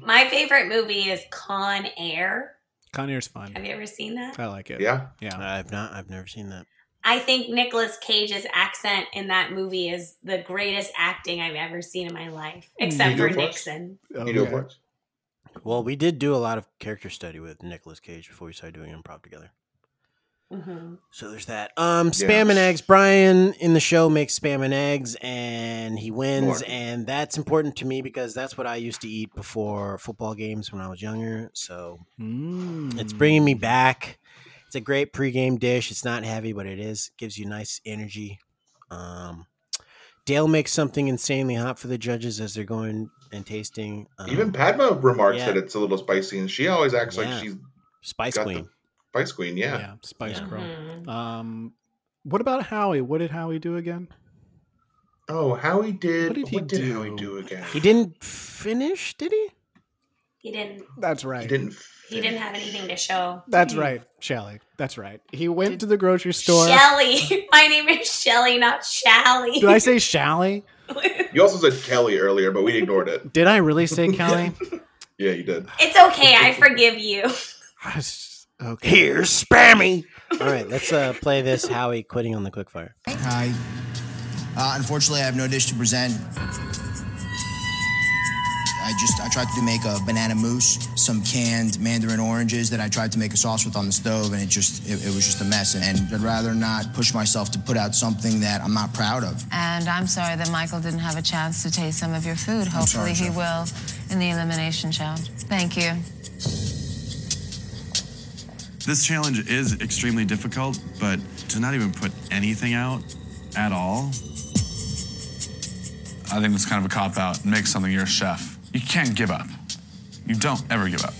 Speaker 4: My favorite movie is Con Air.
Speaker 5: Con Air's fun.
Speaker 4: Have you ever seen that?
Speaker 5: I like
Speaker 3: *laughs*
Speaker 5: it.
Speaker 3: yeah.
Speaker 5: yeah.
Speaker 2: I've not. I've never seen that.
Speaker 4: I think Nicolas Cage's accent in that movie is the greatest acting I've ever seen in my life, except
Speaker 3: You
Speaker 4: for
Speaker 3: do it for us?
Speaker 4: Nixon.
Speaker 3: You do it
Speaker 5: Okay.
Speaker 3: for us.
Speaker 2: Well, we did do a lot of character study with Nicolas Cage before we started doing improv together.
Speaker 4: hmm
Speaker 2: So there's that. Um,
Speaker 3: Yeah.
Speaker 2: spam and eggs. Brian in the show makes spam and eggs, and he wins,
Speaker 3: More.
Speaker 2: and that's important to me because that's what I used to eat before football games when I was younger. So
Speaker 5: Mm.
Speaker 2: It's bringing me back. It's a great pregame dish. It's not heavy, but it is gives you nice energy. Um, Dale makes something insanely hot for the judges as they're going and tasting. Um,
Speaker 3: Even Padma remarks
Speaker 2: yeah.
Speaker 3: that it's a little spicy, and she always acts
Speaker 2: Yeah.
Speaker 3: like she's
Speaker 2: Spice
Speaker 3: got
Speaker 2: Queen.
Speaker 3: the Spice Queen.
Speaker 5: yeah.
Speaker 3: Yeah.
Speaker 5: Spice
Speaker 2: Yeah.
Speaker 5: Girl.
Speaker 4: Mm-hmm.
Speaker 5: Um, what about Howie? What did Howie do again?
Speaker 3: Oh, Howie did.
Speaker 5: What
Speaker 3: What
Speaker 5: did
Speaker 3: did,
Speaker 5: he do?
Speaker 3: Howie do again?
Speaker 2: He didn't finish, did he?
Speaker 4: He didn't.
Speaker 5: That's right.
Speaker 3: He didn't.
Speaker 4: He didn't have anything to show.
Speaker 5: That's right, Shelly. That's right. He went to the grocery store.
Speaker 4: Shelly. *laughs* My name is Shelly, not Shally.
Speaker 5: Did I say Shally?
Speaker 3: You also said Kelly earlier, but we ignored it.
Speaker 5: Did I really
Speaker 3: *laughs*
Speaker 5: say Kelly?
Speaker 3: Yeah, you did.
Speaker 4: *laughs* it's okay. I forgive you.
Speaker 5: I was- okay.
Speaker 2: Here's spammy. All right, let's
Speaker 5: *laughs*
Speaker 2: uh, play this. Howie quitting on the quickfire.
Speaker 6: Hi. Uh, unfortunately, I have no dish to present. I just I tried to make a banana mousse, some canned mandarin oranges that I tried to make a sauce with on the stove, and it just it, it was just a mess. And, and I'd rather not push myself to put out something that I'm not proud of.
Speaker 7: And I'm sorry that Michael didn't have a chance to taste some of your food.
Speaker 6: sorry,
Speaker 7: Hopefully he
Speaker 6: Jeff.
Speaker 7: will in the elimination challenge. Thank you.
Speaker 8: This challenge is extremely difficult, but to not even put anything out at all, I think it's kind of a cop out. Make something your chef. You can't give up. You don't ever give up.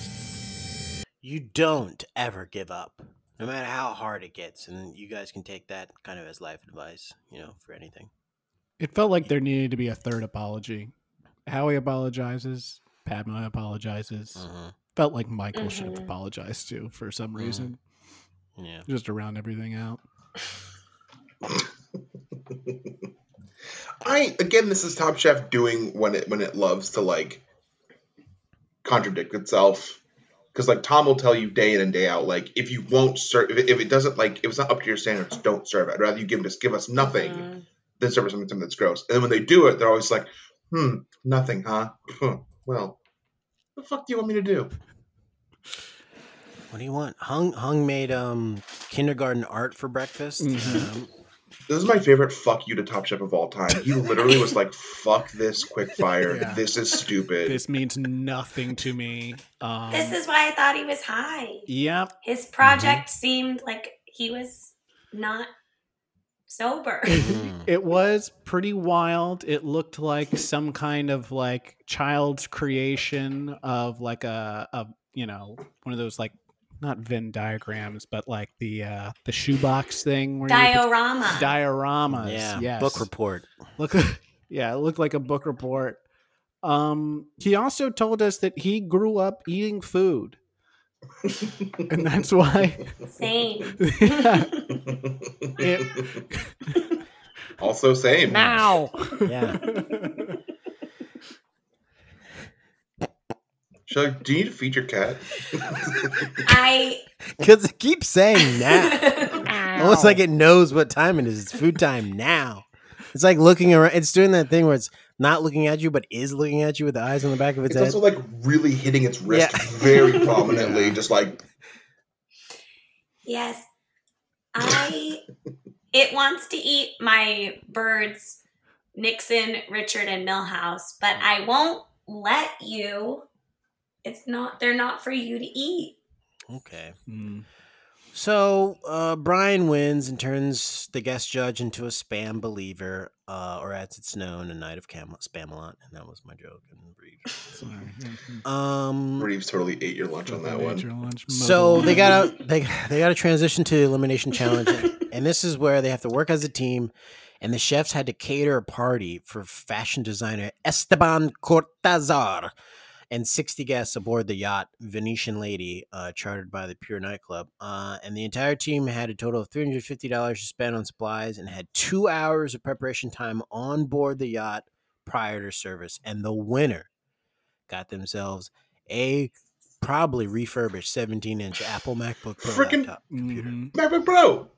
Speaker 2: You don't ever give up, no matter how hard it gets. And you guys can take that kind of as life advice, you know, for anything.
Speaker 5: It felt like there needed to be a third apology. Howie apologizes. Padma apologizes.
Speaker 3: Mm.
Speaker 5: Felt like Michael should
Speaker 4: Mm-hmm.
Speaker 5: have apologized too for some reason,
Speaker 2: Yeah.
Speaker 5: just to round everything out.
Speaker 3: I again, this is Top Chef doing when it when it loves to like contradict itself. Because like Tom will tell you day in and day out, like if you won't serve, if it, if it doesn't like if it's not up to your standards, don't serve. it. I'd rather you give just give us nothing than serve us something, something that's gross. And then when they do it, they're always like, "Hmm, nothing, huh? *laughs* Hmm, well, the fuck do you want me to do?"
Speaker 2: What do you want? Hung Hung made um kindergarten art for breakfast.
Speaker 5: Mm-hmm.
Speaker 2: Um,
Speaker 3: This is my favorite fuck you to Top Chef of all time. He literally was like, "Fuck this quick fire.
Speaker 5: *laughs* Yeah.
Speaker 3: This is stupid."
Speaker 5: This means nothing to me. Um,
Speaker 4: This is why I thought he was high.
Speaker 5: Yep.
Speaker 4: His project seemed like he was not sober.
Speaker 2: Hmm.
Speaker 5: *laughs* It was pretty wild. It looked like some kind of like child's creation of like a, a you know, one of those like not Venn diagrams, but like the uh the shoebox thing where you
Speaker 4: Diorama.
Speaker 5: put- dioramas.
Speaker 2: yeah,
Speaker 5: yes.
Speaker 2: book report.
Speaker 5: Look *laughs* yeah, it looked like a book report. Um he also told us that he grew up eating food. and that's why *laughs*
Speaker 4: Same.
Speaker 5: yeah.
Speaker 3: *laughs* also, same.
Speaker 5: now.
Speaker 2: Yeah.
Speaker 3: She's like, do you need to feed your cat?
Speaker 4: I
Speaker 2: Because it keeps saying now.
Speaker 4: *laughs*
Speaker 2: Almost like it knows what time it is. It's food time now. It's like looking around. It's doing that thing where it's not looking at you, but is looking at you with the eyes on the back of its,
Speaker 3: It's
Speaker 2: head.
Speaker 3: also like really hitting its wrist
Speaker 4: *laughs*
Speaker 2: Yeah.
Speaker 3: very prominently, just like
Speaker 4: yes, I. It wants to eat my birds, Nixon, Richard, and Millhouse, but I won't let you. It's not. They're not for you to eat.
Speaker 2: okay. So uh, Brian wins and turns the guest judge into a spam believer, uh, or as it's known, a knight of Cam- Spamalot. And that was my joke. And brief.
Speaker 5: Hmm.
Speaker 2: Um,
Speaker 3: Reeves totally ate your lunch on that one.
Speaker 2: So they gotta they they gotta transition to the elimination challenge, and this is where they have to work as a team. And the chefs had to cater a party for fashion designer Esteban Cortazar and 60 guests aboard the yacht Venetian Lady, uh, chartered by the Pure Nightclub. Uh, and the entire team had a total of $350 to spend on supplies and had two hours of preparation time on board the yacht prior to service. And the winner got themselves a probably refurbished 17 inch Apple MacBook Pro
Speaker 3: Frickin'
Speaker 2: laptop computer.
Speaker 5: Mhm.
Speaker 3: MacBook Pro.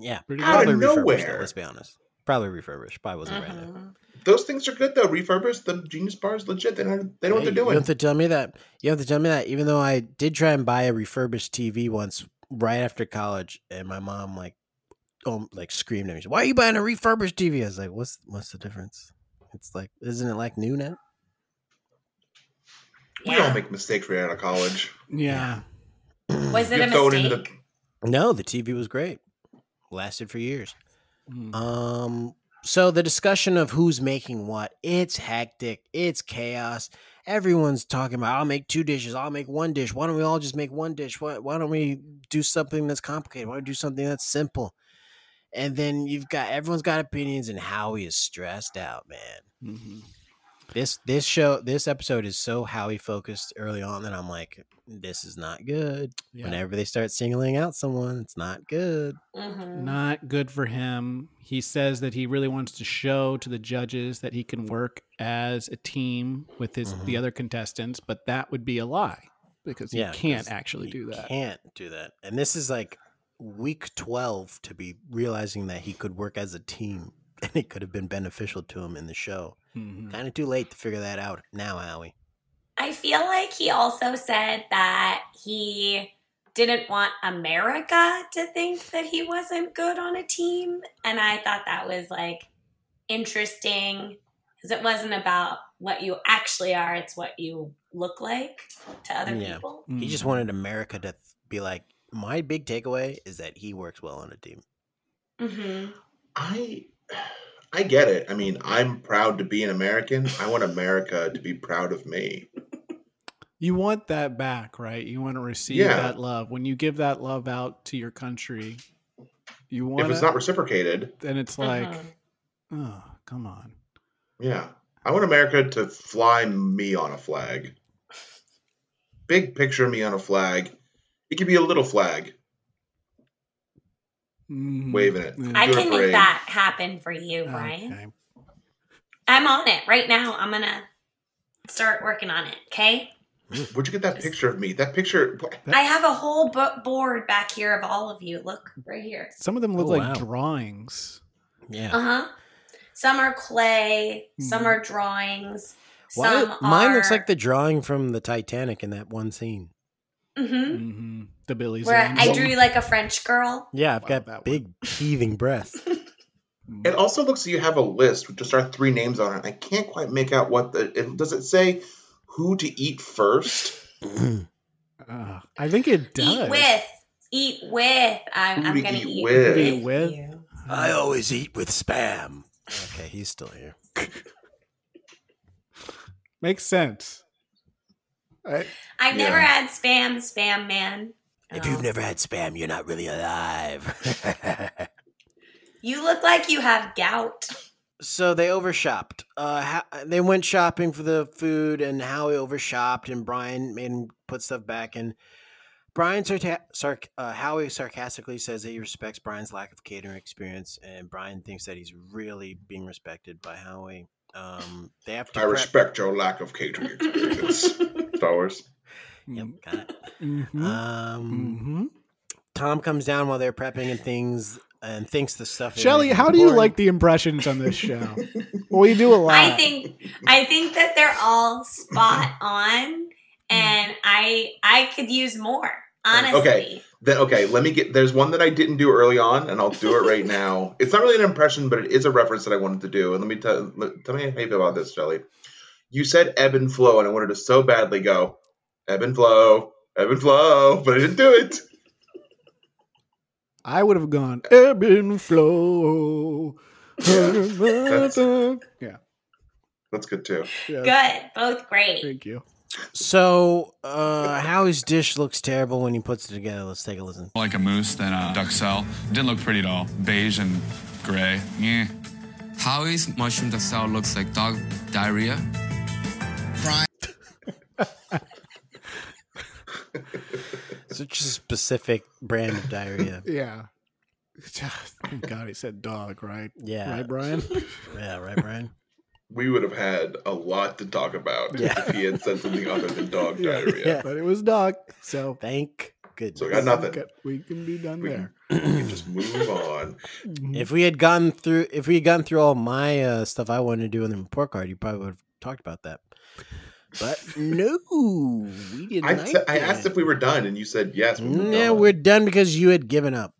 Speaker 2: Yeah,
Speaker 5: Pretty
Speaker 3: Out of
Speaker 2: probably refurbished.
Speaker 3: nowhere.
Speaker 2: Though, let's be honest. Probably refurbished. Probably wasn't brand new.
Speaker 4: Mhm.
Speaker 3: Those things are good though. Refurbished, the Genius Bar is legit. They know they know what
Speaker 2: Hey, You
Speaker 3: they're doing.
Speaker 2: don't have to tell me that. You don't have to tell me that. Even though I did try and buy a refurbished TV once right after college, and my mom like, oh, like screamed at me. She's, Why are you buying a refurbished TV? I was like, what's what's the difference? It's like, isn't it like new now?
Speaker 3: We all make mistakes right out of college.
Speaker 5: Yeah.
Speaker 4: Was it
Speaker 3: You
Speaker 4: a
Speaker 3: throw it
Speaker 4: mistake?
Speaker 3: into the-
Speaker 2: No, the TV was great. Lasted for years.
Speaker 5: Mm.
Speaker 2: Um, so the discussion of who's making what, it's hectic, it's chaos. Everyone's talking about I'll make two dishes, I'll make one dish. Why don't we all just make one dish? Why, why don't we do something that's complicated? Why don't we do something that's simple? And then you've got everyone's got opinions and Howie is stressed out, man. Mm-hmm.
Speaker 5: Mhm.
Speaker 2: This this show this episode is so Howie focused early on that I'm like, this is not good.
Speaker 5: Yeah.
Speaker 2: Whenever they start singling out someone, it's not good.
Speaker 4: Mhm.
Speaker 5: Not good for him. He says that he really wants to show to the judges that he can work as a team with his the other contestants, but that would be a lie because he can't
Speaker 2: Mm-hmm. 'cause
Speaker 5: actually
Speaker 2: you
Speaker 5: do that.
Speaker 2: Can't do that. And this is like week twelve to be realizing that he could work as a team, *laughs* and it could have been beneficial to him in the show.
Speaker 5: Mhm.
Speaker 2: Kind of too late to figure that out now, Howie.
Speaker 4: I feel like he also said that he didn't want America to think that he wasn't good on a team. And I thought that was like interesting because it wasn't about what you actually are, it's what you look like to other
Speaker 2: Yeah.
Speaker 4: people.
Speaker 2: He just
Speaker 5: Mhm.
Speaker 2: wanted America to th- be like. My big takeaway is that he works well on a team.
Speaker 4: hmm
Speaker 3: I I get it. I mean, I'm proud to be an American. I want America to be proud of me.
Speaker 5: You want that back, right? You want to receive
Speaker 3: Yeah.
Speaker 5: that love. When you give that love out to your country, you want
Speaker 3: If it's
Speaker 5: it,
Speaker 3: not reciprocated,
Speaker 5: and it's like,
Speaker 4: Mhm.
Speaker 5: oh, come on.
Speaker 3: yeah. I want America to fly me on a flag. Big picture of me on a flag. It could be a little flag.
Speaker 5: Mhm.
Speaker 3: Waving it.
Speaker 5: Yeah.
Speaker 4: I
Speaker 3: You're
Speaker 4: can make
Speaker 3: brave.
Speaker 4: that happen for you, Brian.
Speaker 5: Okay.
Speaker 4: I'm on it right now. I'm going to start working on it. Okay.
Speaker 3: Where'd you get that picture of me? That picture.
Speaker 4: I have a whole bo- board back here of all of you. Look right here.
Speaker 5: Some of them look
Speaker 2: Oh,
Speaker 5: like
Speaker 2: wow.
Speaker 5: drawings.
Speaker 2: Yeah. Mm-hmm.
Speaker 4: Uh huh. Some are clay. Some
Speaker 5: Mhm.
Speaker 4: are drawings.
Speaker 2: Why-
Speaker 4: some
Speaker 2: mine
Speaker 4: are,
Speaker 2: looks like the drawing from the Titanic in that one scene.
Speaker 4: Mhm.
Speaker 5: hmm The Billy's.
Speaker 4: where I
Speaker 5: Zane.
Speaker 4: drew you like a French girl.
Speaker 2: Yeah, I've
Speaker 5: Wow, that one.
Speaker 2: got big heaving
Speaker 5: *laughs*
Speaker 2: breath. *clears throat*
Speaker 3: It also looks like you have a list with just our three names on it. I can't quite make out what the. It, does it say who to eat first?
Speaker 5: Uh, I think it does.
Speaker 4: Eat with. Eat with. I'm,
Speaker 3: Who
Speaker 4: I'm
Speaker 3: to
Speaker 4: gonna
Speaker 3: eat
Speaker 4: eat
Speaker 3: with?
Speaker 4: with.
Speaker 5: Eat with?
Speaker 4: you.
Speaker 2: I always eat with spam. Okay, he's still here.
Speaker 5: Makes sense. I,
Speaker 4: I've never
Speaker 3: Yeah.
Speaker 4: had spam, spam man.
Speaker 2: If
Speaker 4: Oh.
Speaker 2: you've never had spam, you're not really alive. *laughs*
Speaker 4: you look like you have gout.
Speaker 2: so they overshopped. Uh, ha- they went shopping for the food, and Howie overshopped, and Brian made him put stuff back. And Brian Sarta- Sark- uh, Howie sarcastically says that he respects Brian's lack of catering experience, and Brian thinks that he's really being respected by Howie. Um, they have to.
Speaker 3: I
Speaker 2: prep-
Speaker 3: respect your lack of catering
Speaker 2: *laughs*
Speaker 3: experience. Star Wars.
Speaker 2: Yep, got it.
Speaker 5: mm, Mm-hmm.
Speaker 2: Um,
Speaker 5: mm-hmm.
Speaker 2: Tom comes down while they're prepping and things, and thinks the stuff. is
Speaker 5: Shelly,
Speaker 2: really
Speaker 5: how do you
Speaker 2: boring.
Speaker 5: like the impressions on
Speaker 2: *laughs*
Speaker 5: this show? we do a lot.
Speaker 4: I think I think that they're all
Speaker 2: *laughs*
Speaker 4: spot
Speaker 2: Hmm.
Speaker 4: on, and I I could use more honestly.
Speaker 3: Okay. Then okay, let me get. There's one that I didn't do early on, and I'll do it right now. It's not really an impression, but it is a reference that I wanted to do. And let me tell let- tell me how you feel about this, Shelly. You said ebb and flow, and I wanted to so badly go ebb and flow, ebb and flow, but I didn't do it.
Speaker 5: I would have gone ebb and flow.
Speaker 3: that's-
Speaker 5: *laughs* yeah,
Speaker 3: That's good too.
Speaker 5: yeah,
Speaker 4: Good, both great.
Speaker 5: thank you.
Speaker 2: So, uh, Howie's dish looks terrible when he puts it together. Let's take a listen.
Speaker 8: Like a moose, then a duck cell. Didn't look pretty at all. Beige and gray. Yeah.
Speaker 9: Howie's mushroom duck salad looks like dog diarrhea.
Speaker 2: Such a specific brand of diarrhea.
Speaker 5: Yeah. *sighs* Thank God he said dog, right?
Speaker 2: Yeah,
Speaker 5: Right,
Speaker 2: *laughs*
Speaker 5: Brian?
Speaker 2: yeah, right, Brian.
Speaker 3: We would have had a lot to talk about if he had said something other than dog
Speaker 5: Yeah.
Speaker 3: diarrhea.
Speaker 2: Yeah.
Speaker 5: But it was dog. So
Speaker 2: Thank goodness.
Speaker 3: So I got nothing.
Speaker 5: Okay, we can be done
Speaker 3: We
Speaker 5: there.
Speaker 3: can, we can just move on.
Speaker 2: If we had gone through, if we had gone through all my uh, stuff I wanted to do in the report card, you probably would have talked about that. But no, we didn't.
Speaker 3: I, t- I asked if we were done, and you said yes. we were
Speaker 2: Mm, Yeah,
Speaker 3: done.
Speaker 2: we're done because you had given up.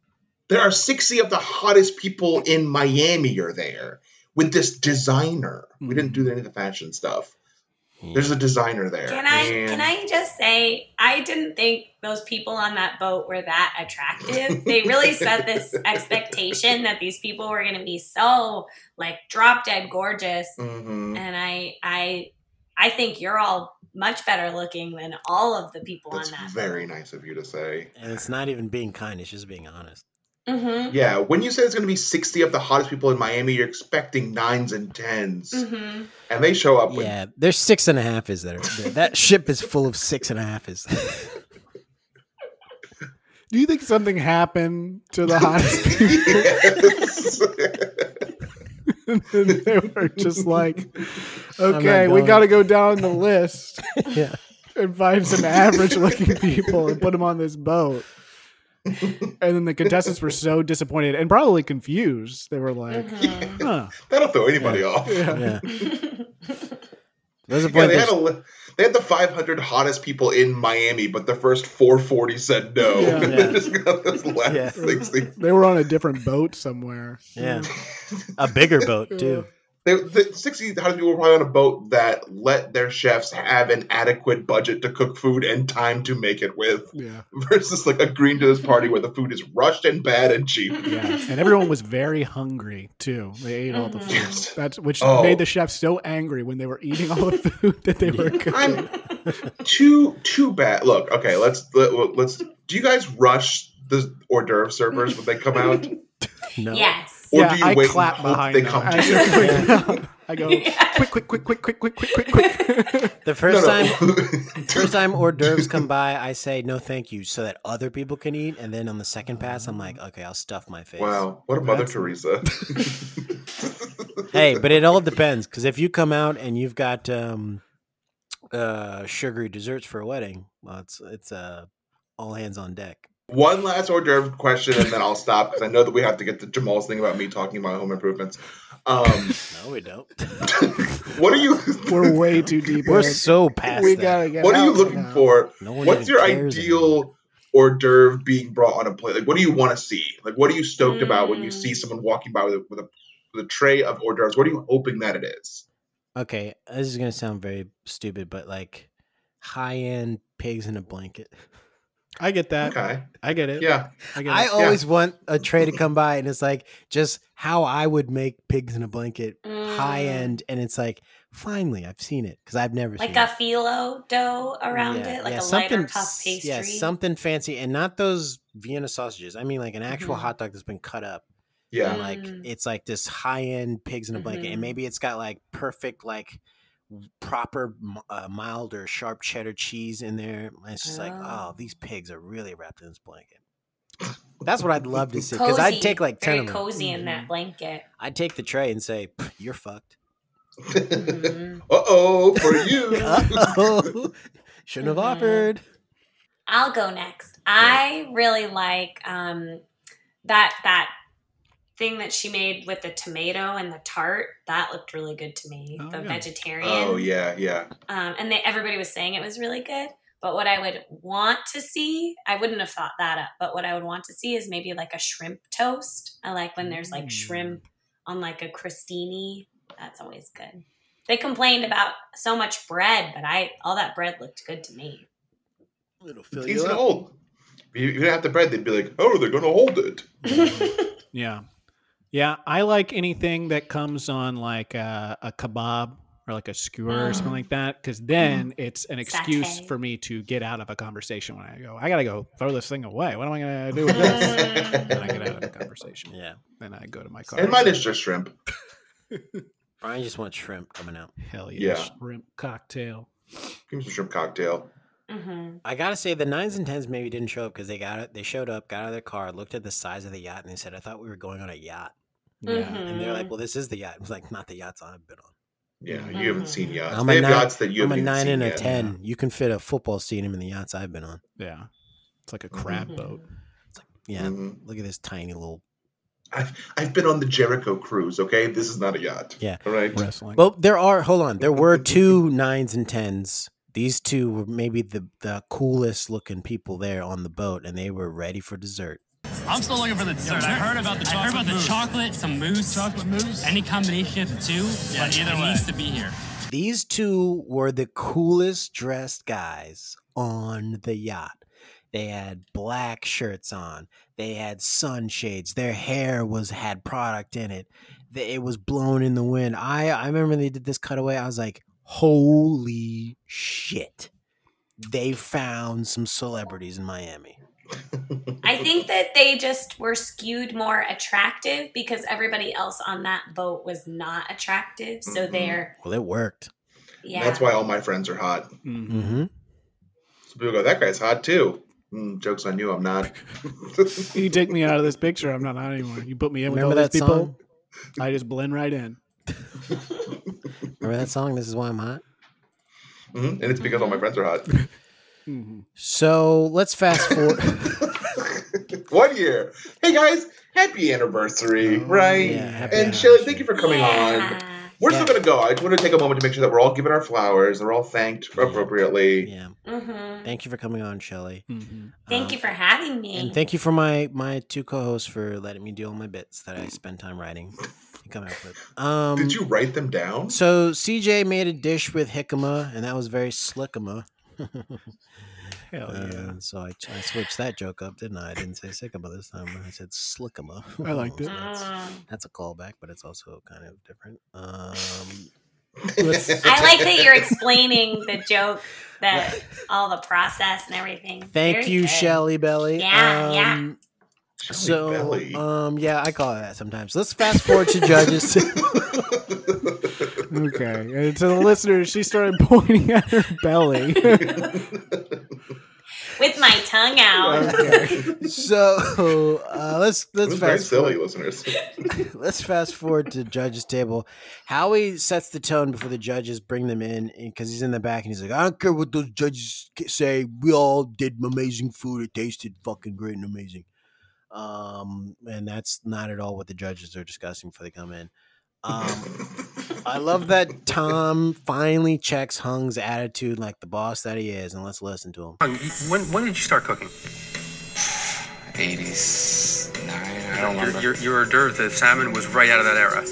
Speaker 3: There are 60 of the hottest people in Miami are there with this designer. We didn't do any of the fashion stuff. There's a designer there.
Speaker 4: Can I
Speaker 3: and-
Speaker 4: can I just say I didn't think those people on that boat were that
Speaker 2: *laughs*
Speaker 4: attractive. they really set this expectation that these people were going to be so like drop dead gorgeous,
Speaker 2: Mm-hmm.
Speaker 3: Mhm.
Speaker 4: and I I I think you're all much better looking than all of the people
Speaker 3: That's
Speaker 4: on that.
Speaker 3: very nice of you to say.
Speaker 2: And it's not even being kind; it's just being honest.
Speaker 4: Mm-hmm.
Speaker 3: Yeah, when you say there's going to be 60 of the hottest people in Miami, you're expecting nines and 10s
Speaker 4: Mm-hmm.
Speaker 3: And they show up with
Speaker 2: Yeah, there's six and a half is there. that ship is full of six and a half is. *laughs*
Speaker 5: Do you think something happened to the hottest
Speaker 2: *laughs*
Speaker 3: Yes.
Speaker 5: *laughs* and they were just like,
Speaker 2: not
Speaker 5: okay, we
Speaker 2: going."
Speaker 5: got to go down the list
Speaker 2: Yeah.
Speaker 5: and find some average looking people and put them on this boat. And then the contestants were so disappointed and probably confused. They were like,
Speaker 4: Mm-hmm.
Speaker 5: huh.
Speaker 3: That'll throw anybody off.
Speaker 5: Yeah.
Speaker 3: *laughs*
Speaker 5: *laughs*
Speaker 2: Yeah. There's a
Speaker 3: Yeah,
Speaker 2: point.
Speaker 3: they
Speaker 2: there's-
Speaker 3: had, a, li- they had the 500 hottest people in Miami, but the first 440 said no.
Speaker 5: Yeah.
Speaker 3: And
Speaker 2: Yeah.
Speaker 3: *laughs* they just got this last
Speaker 2: Yeah.
Speaker 3: 60.
Speaker 5: They were on a different boat somewhere.
Speaker 3: *laughs*
Speaker 2: yeah. A bigger boat too.
Speaker 3: They, the 60 hottest people were probably on a boat that let their chefs have an adequate budget to cook food and time to make it with, *laughs*
Speaker 5: Yeah.
Speaker 3: versus like agreeing to this party where the food is rushed and bad and cheap.
Speaker 5: Yeah. And everyone was very hungry too. They ate all the
Speaker 4: Mhm.
Speaker 5: food.
Speaker 3: Yes.
Speaker 5: That's which
Speaker 3: Oh.
Speaker 5: made the chefs so angry when they were eating
Speaker 3: *laughs*
Speaker 5: all the food that they were cooking.
Speaker 3: I'm too too bad. Look, okay, let's let, let's. Do you guys rush the hors d'oeuvre servers when they come
Speaker 5: *laughs*
Speaker 3: out,
Speaker 2: No.
Speaker 4: Yes.
Speaker 3: or
Speaker 5: yeah,
Speaker 3: do you
Speaker 5: I
Speaker 3: wait
Speaker 5: clap
Speaker 3: and hope
Speaker 5: behind
Speaker 3: they
Speaker 5: them.
Speaker 3: come?
Speaker 5: I,
Speaker 3: to you?
Speaker 5: just wait. *laughs* I go
Speaker 4: Yeah.
Speaker 5: quick, quick, quick, quick, quick, quick, quick, quick,
Speaker 3: *laughs*
Speaker 5: quick.
Speaker 2: The first time
Speaker 3: *laughs* no.
Speaker 2: First time hors d'oeuvres come by, I say no, thank you, so that other people can eat. And then on the second pass, I'm like, okay, I'll stuff my face.
Speaker 3: Wow, what a Mother
Speaker 5: That's- *laughs*
Speaker 3: Teresa. *laughs*
Speaker 2: Hey, but it all depends because if you come out and you've got um, uh, sugary desserts for a wedding, well, it's it's uh, all hands on deck.
Speaker 3: One last hors d'oeuvre question, and then I'll stop because I know that we have to get to Jamal's thing about me talking about home improvements. Um,
Speaker 2: No, we don't.
Speaker 3: what are you?
Speaker 5: We're way too deep.
Speaker 2: *laughs* We're
Speaker 5: in.
Speaker 2: so past.
Speaker 5: *laughs* we
Speaker 2: that.
Speaker 5: gotta
Speaker 3: *laughs*
Speaker 5: get.
Speaker 3: what are you
Speaker 5: out
Speaker 3: looking
Speaker 5: now.
Speaker 3: for?
Speaker 2: No one
Speaker 3: What's
Speaker 2: even
Speaker 3: your
Speaker 2: cares anymore.
Speaker 3: ideal hors d'oeuvre being brought on a plate? Like, what do you want to see? Like, what are you stoked about when you
Speaker 4: Mm.
Speaker 3: see someone walking by with a, with a with a tray of hors d'oeuvres? What are you hoping that it is?
Speaker 2: Okay, this is gonna sound very stupid, but like high end pigs in a blanket.
Speaker 5: I get that.
Speaker 3: Okay,
Speaker 5: I get it.
Speaker 3: yeah,
Speaker 5: I get
Speaker 2: I
Speaker 5: it.
Speaker 2: always want a tray to come by and it's like just how I would make pigs in a blanket
Speaker 4: Mm.
Speaker 2: high end and it's like finally I've seen it because I've never
Speaker 4: Like
Speaker 2: seen
Speaker 4: a
Speaker 2: it.
Speaker 4: philo dough around it, like a lighter puff
Speaker 2: s-
Speaker 4: pastry.
Speaker 2: Yeah, something fancy and not those Vienna sausages. I mean like an actual
Speaker 4: Mhm.
Speaker 2: hot dog that's been cut up
Speaker 3: yeah.
Speaker 2: and like
Speaker 4: Mm.
Speaker 2: it's like this high end pigs in a blanket and
Speaker 4: Mhm.
Speaker 2: maybe it's got like perfect like proper m- uh, mild or sharp cheddar cheese in there. And it's just like, oh, these pigs are really wrapped in this blanket. That's
Speaker 3: *laughs*
Speaker 2: what I'd love to see because I'd take like ten
Speaker 4: very
Speaker 2: of Mm-hmm. them.
Speaker 4: cozy
Speaker 3: Mm-hmm.
Speaker 4: in
Speaker 2: *laughs*
Speaker 4: that blanket.
Speaker 2: I'd take the tray and say, "Pff, "You're
Speaker 3: *laughs*
Speaker 2: fucked."
Speaker 4: Mm. Mm-hmm.
Speaker 3: uh oh, for
Speaker 2: *laughs*
Speaker 3: you.
Speaker 2: Oh, *laughs* shouldn't have
Speaker 4: Mhm.
Speaker 2: offered.
Speaker 4: I'll go next. I really like um, that that thing that she made with the tomato and the tart. That looked really good to me.
Speaker 5: Oh,
Speaker 4: the
Speaker 5: yeah.
Speaker 4: vegetarian.
Speaker 3: oh yeah, yeah.
Speaker 4: um, and they, everybody was saying it was really good. But what I would want to see, I wouldn't have thought that up. But what I would want to see is maybe like a shrimp toast. I like when there's
Speaker 5: Mm.
Speaker 4: like shrimp on like a crostini. That's always good. They complained about so much bread, but I all that bread looked good to
Speaker 5: *laughs*
Speaker 4: me.
Speaker 2: It'll fill
Speaker 3: He's
Speaker 2: you
Speaker 3: an
Speaker 2: up.
Speaker 3: old. If you didn't have the bread, they'd be like, "Oh, they're gonna hold it."
Speaker 4: Mm-hmm.
Speaker 5: Yeah. Yeah. I like anything that comes on like a, a kebab or like a skewer or something like that. Cause then it's an excuse
Speaker 4: Satay.
Speaker 5: for me to get out of a conversation when I go, I got to go throw this thing away. What am I going to do with this?
Speaker 2: *laughs*
Speaker 5: then I get out of the conversation.
Speaker 2: Yeah,
Speaker 5: Then I go to my car.
Speaker 3: And mine is just shrimp.
Speaker 2: I just want shrimp coming out.
Speaker 5: Hell yeah.
Speaker 3: Yeah.
Speaker 5: Shrimp cocktail.
Speaker 3: Give me some shrimp cocktail.
Speaker 4: hmm
Speaker 2: I gotta say, the nines and tens maybe didn't show up because they got it. They showed up, got out of their car, looked at the size of the yacht, and they said, "I thought we were going on a yacht."
Speaker 5: Yeah.
Speaker 2: And
Speaker 3: Mm-hmm.
Speaker 2: they're like, "Well, this is the yacht." It was like, "Not the yachts I've been on."
Speaker 3: Yeah,
Speaker 4: Mhm.
Speaker 3: you haven't seen yachts.
Speaker 2: I'm a
Speaker 3: they have
Speaker 2: nine-
Speaker 3: yachts that you
Speaker 2: I'm a
Speaker 3: haven't even
Speaker 2: nine
Speaker 3: seen
Speaker 2: and a
Speaker 3: yet.
Speaker 2: ten. You can fit a football stadium in the yachts I've been on.
Speaker 5: Yeah. It's like a crab
Speaker 4: Mhm.
Speaker 5: boat.
Speaker 2: Yeah,
Speaker 3: Mhm.
Speaker 2: look at this tiny little
Speaker 3: I've I've been on the Jericho cruise. Okay, this is not a yacht.
Speaker 2: Yeah.
Speaker 3: All right.
Speaker 5: Wrestling.
Speaker 2: Well, there are. Hold on, there were
Speaker 3: *laughs*
Speaker 2: two nines and tens. These two were maybe the the coolest looking people there on the boat, and they were ready for dessert.
Speaker 7: I'm still looking for the dessert. I heard about the chocolate. I heard about the chocolate, some mousse. Chocolate mousse. Any combination of the two. Yeah, but either it way. needs to be here.
Speaker 2: These two were the coolest dressed guys on the yacht. They had black shirts on. They had sunshades. Their hair was had product in it. They, it was blown in the wind. I I remember when they did this cutaway. I was like, "Holy shit!" They found some celebrities in Miami.
Speaker 4: I think that they just were skewed more attractive because everybody else on that boat was not attractive. So
Speaker 3: Mhm.
Speaker 4: they're
Speaker 2: Well, it worked.
Speaker 4: yeah.
Speaker 3: *laughs* That's why all my friends are hot.
Speaker 5: Mhm.
Speaker 2: Mm-hmm.
Speaker 3: So people go, "That guy's hot too." Mm, jokes on you. I'm not.
Speaker 5: You take me out of this picture. I'm not out anymore. You put me in with
Speaker 2: Remember
Speaker 5: all
Speaker 2: that
Speaker 5: these
Speaker 2: song?
Speaker 5: people. I just blend right in.
Speaker 2: Remember that song? This is why I'm hot.
Speaker 3: Mhm, And it's because all my friends
Speaker 2: *laughs*
Speaker 3: are hot. *laughs*
Speaker 2: So let's fast forward.
Speaker 3: One year. Hey guys, happy anniversary, right?
Speaker 2: Oh, yeah, happy
Speaker 3: and Shelly,
Speaker 2: anniversary.
Speaker 3: thank you for coming on.
Speaker 4: yeah.
Speaker 3: We're
Speaker 2: Yeah.
Speaker 3: still gonna go. I just want to take a moment to make sure that we're all given our flowers and we're all thanked appropriately.
Speaker 2: yeah.
Speaker 4: hmm
Speaker 2: Thank you for coming on, Shelly.
Speaker 4: Thank you for having me.
Speaker 2: And thank you for my my two co-hosts for letting me do all my bits that I spend time writing and come up with. Um,
Speaker 3: Did you write them down?
Speaker 2: So CJ made a dish with jicama, and that was very slickama. *laughs*
Speaker 5: Hell
Speaker 2: Uh, so I, I switched that joke up, didn't I? I didn't say sickama this time. I said slickama.
Speaker 5: I liked
Speaker 2: *laughs*
Speaker 5: it.
Speaker 2: So that's,
Speaker 4: Mm.
Speaker 2: that's a callback, but it's also kind of different. Um,
Speaker 4: I like that you're explaining the joke that all the process and
Speaker 2: *laughs*
Speaker 4: everything.
Speaker 2: Thank
Speaker 4: Very
Speaker 2: you,
Speaker 4: good.
Speaker 2: Shelly Belly.
Speaker 4: Yeah, yeah.
Speaker 2: um,
Speaker 3: Shelly
Speaker 2: So,
Speaker 3: Belly.
Speaker 2: um, yeah, I call it that sometimes. Let's fast forward to
Speaker 3: *laughs*
Speaker 2: judges.
Speaker 5: Okay. And to the listeners, she started *laughs* pointing at her
Speaker 2: *laughs*
Speaker 3: *laughs*
Speaker 5: belly.
Speaker 4: With my
Speaker 3: *laughs*
Speaker 4: tongue out.
Speaker 2: so uh, let's
Speaker 3: it
Speaker 2: let's
Speaker 3: was very
Speaker 2: fast
Speaker 3: silly,
Speaker 2: forward,
Speaker 3: listeners.
Speaker 2: let's fast forward to judges table. Howie sets the tone before the judges bring them in because he's in the back and he's like, I don't care what those judges ca- say. We all did amazing food. It tasted fucking great and amazing. Um, and that's not at all what the judges are discussing before they come in. Um, I love that Tom finally checks Hung's attitude like the boss that he is, and let's listen to him.
Speaker 10: When, when did you start cooking?
Speaker 8: 89, I don't
Speaker 10: Your,
Speaker 8: remember.
Speaker 10: your, your hors d'oeuvre, the salmon, was right out of that era.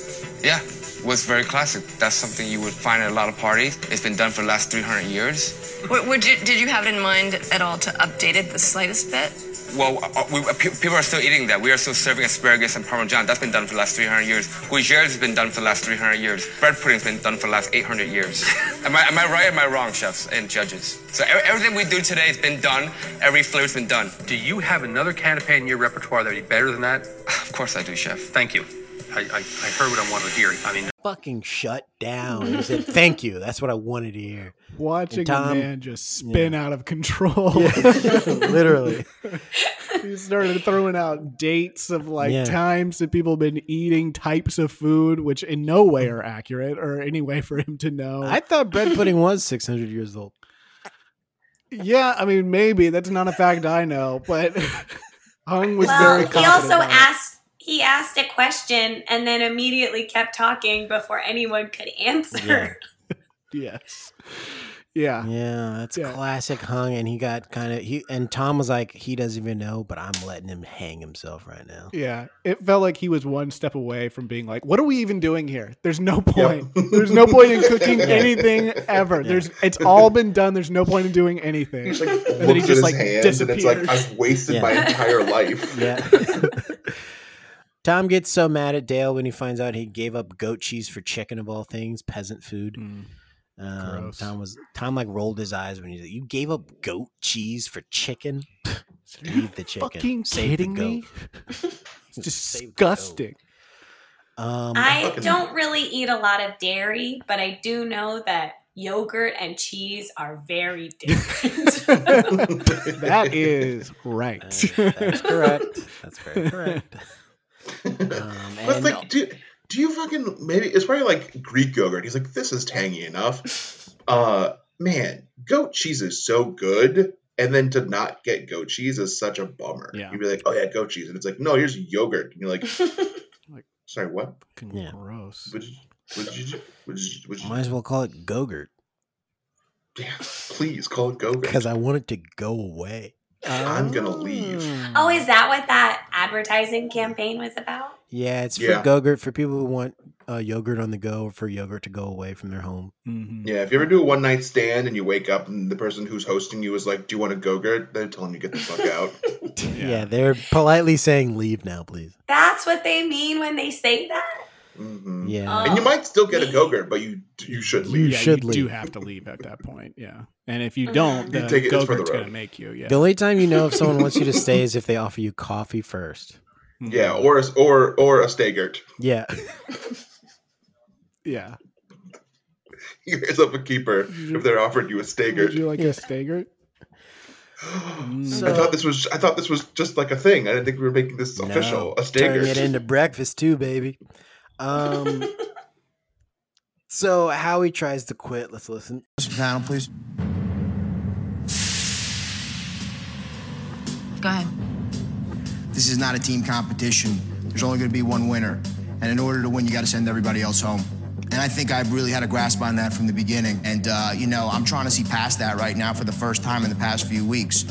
Speaker 8: yeah, was very classic. That's something you would find at a lot of parties. It's been done for the last 300 years.
Speaker 6: What, would you, did you have it in mind at all to update it the slightest bit?
Speaker 8: Well, uh, we, uh, pe- people are still eating that. We are still serving asparagus and parmesan. That's been done for the last 300 years. Gougères has been done for the last 300 years. Bread pudding's been done for the last 800 *laughs* years. am, I, am I right or am I wrong, chefs and judges? So e- everything we do today has been done. Every flavor's been done.
Speaker 10: Do you have another canapé in your repertoire that'd be better than that?
Speaker 8: Of course I do, chef.
Speaker 10: Thank you.
Speaker 11: I, I, I heard what I wanted to hear. I mean,
Speaker 2: Fucking shut down. He said, "Thank you." That's what I wanted to hear. *laughs*
Speaker 5: Watching
Speaker 2: And Tom-
Speaker 5: a man just spin out of control. *laughs*
Speaker 2: Literally.
Speaker 5: he started throwing out dates of like
Speaker 2: Yeah.
Speaker 5: times that people have been eating types of food, which in no way are accurate or any way for him to know.
Speaker 2: I thought bread *laughs* pudding was 600 years old.
Speaker 5: yeah, I mean, maybe that's not a fact I know,
Speaker 2: *laughs*
Speaker 5: but Hung was very.
Speaker 4: he
Speaker 5: confident
Speaker 4: also
Speaker 5: about it.
Speaker 4: asked he asked a question and then immediately kept talking before anyone could answer.
Speaker 5: Yes. Yeah.
Speaker 2: Ah, Yeah, that's classic hung and he got kind of he and Tom was like he doesn't even know, but I'm letting him hang himself right now.
Speaker 5: Yeah, it felt like he was one step away from being like, "What are we even doing here? There's no point. There's no point in
Speaker 3: *laughs*
Speaker 5: cooking anything ever. There's it's all been done. There's no point in doing anything."
Speaker 3: He just,
Speaker 5: *laughs*
Speaker 3: like,
Speaker 5: and
Speaker 3: looks at his hands and it's like, I've wasted my
Speaker 2: Yeah. *laughs*
Speaker 3: entire life. *laughs*
Speaker 2: Yeah. Tom gets so mad at Dale when he finds out he gave up goat cheese for chicken of all things, peasant food.
Speaker 5: Mm,
Speaker 2: Um,
Speaker 5: Gross.
Speaker 2: Tom was Tom like rolled his eyes when he said, "You gave up goat cheese for chicken? Leave the chicken.
Speaker 5: fucking
Speaker 2: Save
Speaker 5: kidding
Speaker 2: the goat."
Speaker 5: me? it's
Speaker 2: *laughs*
Speaker 5: disgusting.
Speaker 2: Um,
Speaker 4: I don't really eat a lot of dairy, but I do know that yogurt and cheese are very different.
Speaker 3: *laughs*
Speaker 5: *laughs* that is right.
Speaker 2: uh, that's *laughs* correct. That's very correct. *laughs* Um,
Speaker 3: But it's
Speaker 2: and-
Speaker 3: like, do, do you fucking maybe it's probably like Greek yogurt? He's like, this is tangy enough. Uh, man, goat cheese is so good, and then to not get goat cheese is such a bummer.
Speaker 5: Yeah.
Speaker 3: You'd be like, oh yeah, goat cheese, and it's like, no, here's yogurt, and you're like,
Speaker 5: *laughs* Like-
Speaker 3: sorry, what?
Speaker 5: Fucking
Speaker 2: Yeah.
Speaker 5: Gross.
Speaker 3: Would you, would you, would you, would you,
Speaker 2: Might as well call it Gogurt
Speaker 3: yeah, please call it
Speaker 2: because
Speaker 3: gogurt.
Speaker 2: I want it to go away.
Speaker 3: I'm gonna leave.
Speaker 4: oh, is that what that advertising campaign was about?
Speaker 2: Yeah, it's for
Speaker 3: Yeah.
Speaker 2: Gogurt for people who want uh, yogurt on the go or for yogurt to go away from their home.
Speaker 5: Mhm.
Speaker 3: Yeah, if you ever do a one night stand and you wake up and the person who's hosting you is like, "Do you want a gogurt?" Then tell them to get the fuck out.
Speaker 2: *laughs* Yeah. they're politely saying leave now, please.
Speaker 4: That's what they mean when they say that?
Speaker 3: hmm
Speaker 2: Mm-hmm. Yeah.
Speaker 4: Oh.
Speaker 3: And you might still get a gogurt, but you you should
Speaker 2: You
Speaker 3: leave.
Speaker 5: yeah,
Speaker 2: should
Speaker 5: you do
Speaker 2: leave.
Speaker 5: have to leave at that point. Yeah, and if you don't,
Speaker 3: You
Speaker 5: the
Speaker 3: take it as for the
Speaker 5: Gogurt's
Speaker 3: road.
Speaker 5: gonna make you. Yeah.
Speaker 2: The only time you know if someone wants you to stay is if they offer you coffee first.
Speaker 5: Mhm.
Speaker 3: Yeah, or a, or or a stagert.
Speaker 2: *laughs* Yeah.
Speaker 5: Yeah.
Speaker 3: *laughs* You yourself a keeper if they're offered you a
Speaker 5: Would
Speaker 3: stagert.
Speaker 5: you like a stagger?
Speaker 2: Mm.
Speaker 3: I thought this was I thought this was just like a thing. I didn't think we were making this official. A
Speaker 2: Turning it
Speaker 3: stagert.
Speaker 2: into breakfast too, *laughs* baby. Um. so Howie tries to quit. Let's listen.
Speaker 6: Mr. Panel, please.
Speaker 7: Go ahead.
Speaker 6: This is not a team competition. There's only going to be one winner. And in order to win, you got to send everybody else home. And I think I've really had a grasp on that from the beginning. And, uh, you know, I'm trying to see past that right now for the first time in the past few weeks.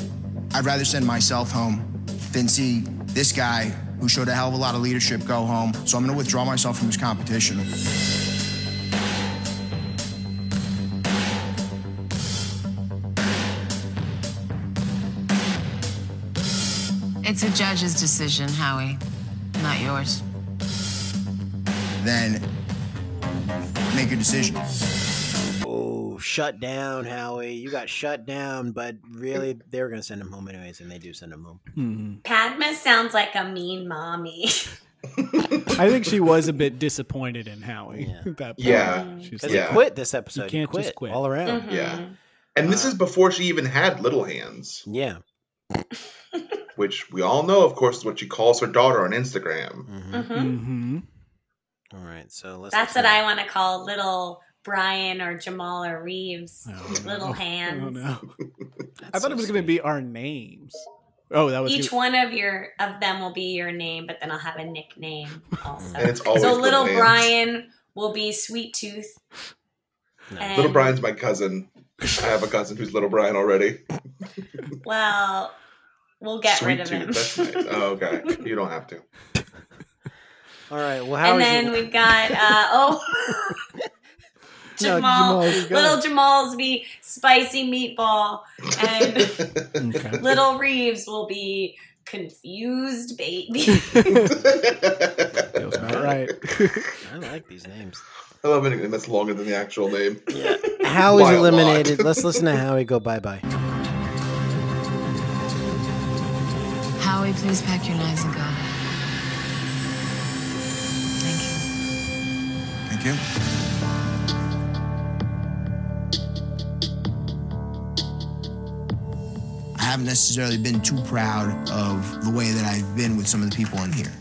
Speaker 6: I'd rather send myself home than see this guy who showed a hell of a lot of leadership go home. So I'm going to withdraw myself from this competition.
Speaker 7: It's a judge's decision, Howie, not yours.
Speaker 6: Then make your decision.
Speaker 2: Oh, shut down, Howie. You got shut down, but really, they were going to send him home anyways, and they do send him home.
Speaker 4: Padma sounds like a mean mommy. *laughs*
Speaker 5: I think she was a bit disappointed in Howie
Speaker 2: Yeah.
Speaker 5: *laughs* at that point.
Speaker 3: Yeah.
Speaker 5: She's
Speaker 2: Because
Speaker 5: like,
Speaker 3: Yeah.
Speaker 2: he quit this episode.
Speaker 5: You can't
Speaker 2: he quit,
Speaker 5: just quit.
Speaker 2: all around.
Speaker 4: Mm-hmm.
Speaker 3: Yeah. And this is before she even had little hands,
Speaker 2: Yeah.
Speaker 3: which we all know, of course, is what she calls her daughter on Instagram.
Speaker 2: Mhm.
Speaker 4: Mhm.
Speaker 5: Mhm.
Speaker 2: All right. So let's.
Speaker 4: That's
Speaker 2: listen
Speaker 4: what
Speaker 2: to-
Speaker 4: I want to call little Brian or Jamal or Reeves.
Speaker 5: Oh, no. *laughs*
Speaker 4: Little hands.
Speaker 5: Oh, no.
Speaker 2: That's
Speaker 5: I thought
Speaker 2: so
Speaker 5: it was going to
Speaker 2: sweet.
Speaker 5: be our names. Oh, that was
Speaker 4: Each
Speaker 5: gonna-
Speaker 4: one of your of them will be your name, but then I'll have a nickname
Speaker 3: And
Speaker 4: also.
Speaker 3: it's always
Speaker 4: so little
Speaker 3: hands.
Speaker 4: Brian will be Sweet Tooth. And,
Speaker 3: Little Brian's my cousin. I have a cousin who's little Brian already.
Speaker 4: Well, we'll get rid of
Speaker 3: Tooth,
Speaker 4: him.
Speaker 3: That's
Speaker 4: *laughs*
Speaker 3: right. Oh, okay. You don't
Speaker 2: *laughs*
Speaker 3: have to.
Speaker 2: All right. Well,
Speaker 4: and
Speaker 2: Howie's
Speaker 4: then we've got uh, oh
Speaker 5: No,
Speaker 4: Jamal,
Speaker 5: Jamal's good.
Speaker 4: little Jamal's be spicy meatball, and
Speaker 3: *laughs*
Speaker 5: Okay.
Speaker 4: little Reeves will be confused baby.
Speaker 5: Feels about right.
Speaker 2: I like these
Speaker 4: *laughs*
Speaker 2: names.
Speaker 3: I love anything that's longer than the actual name.
Speaker 2: Howie's
Speaker 3: By a lot.
Speaker 2: eliminated. Let's listen to Howie go bye bye.
Speaker 7: Howie, please pack your knives and go. I
Speaker 12: Kim. I haven't necessarily been too proud of the way that I've been with some of the people in here.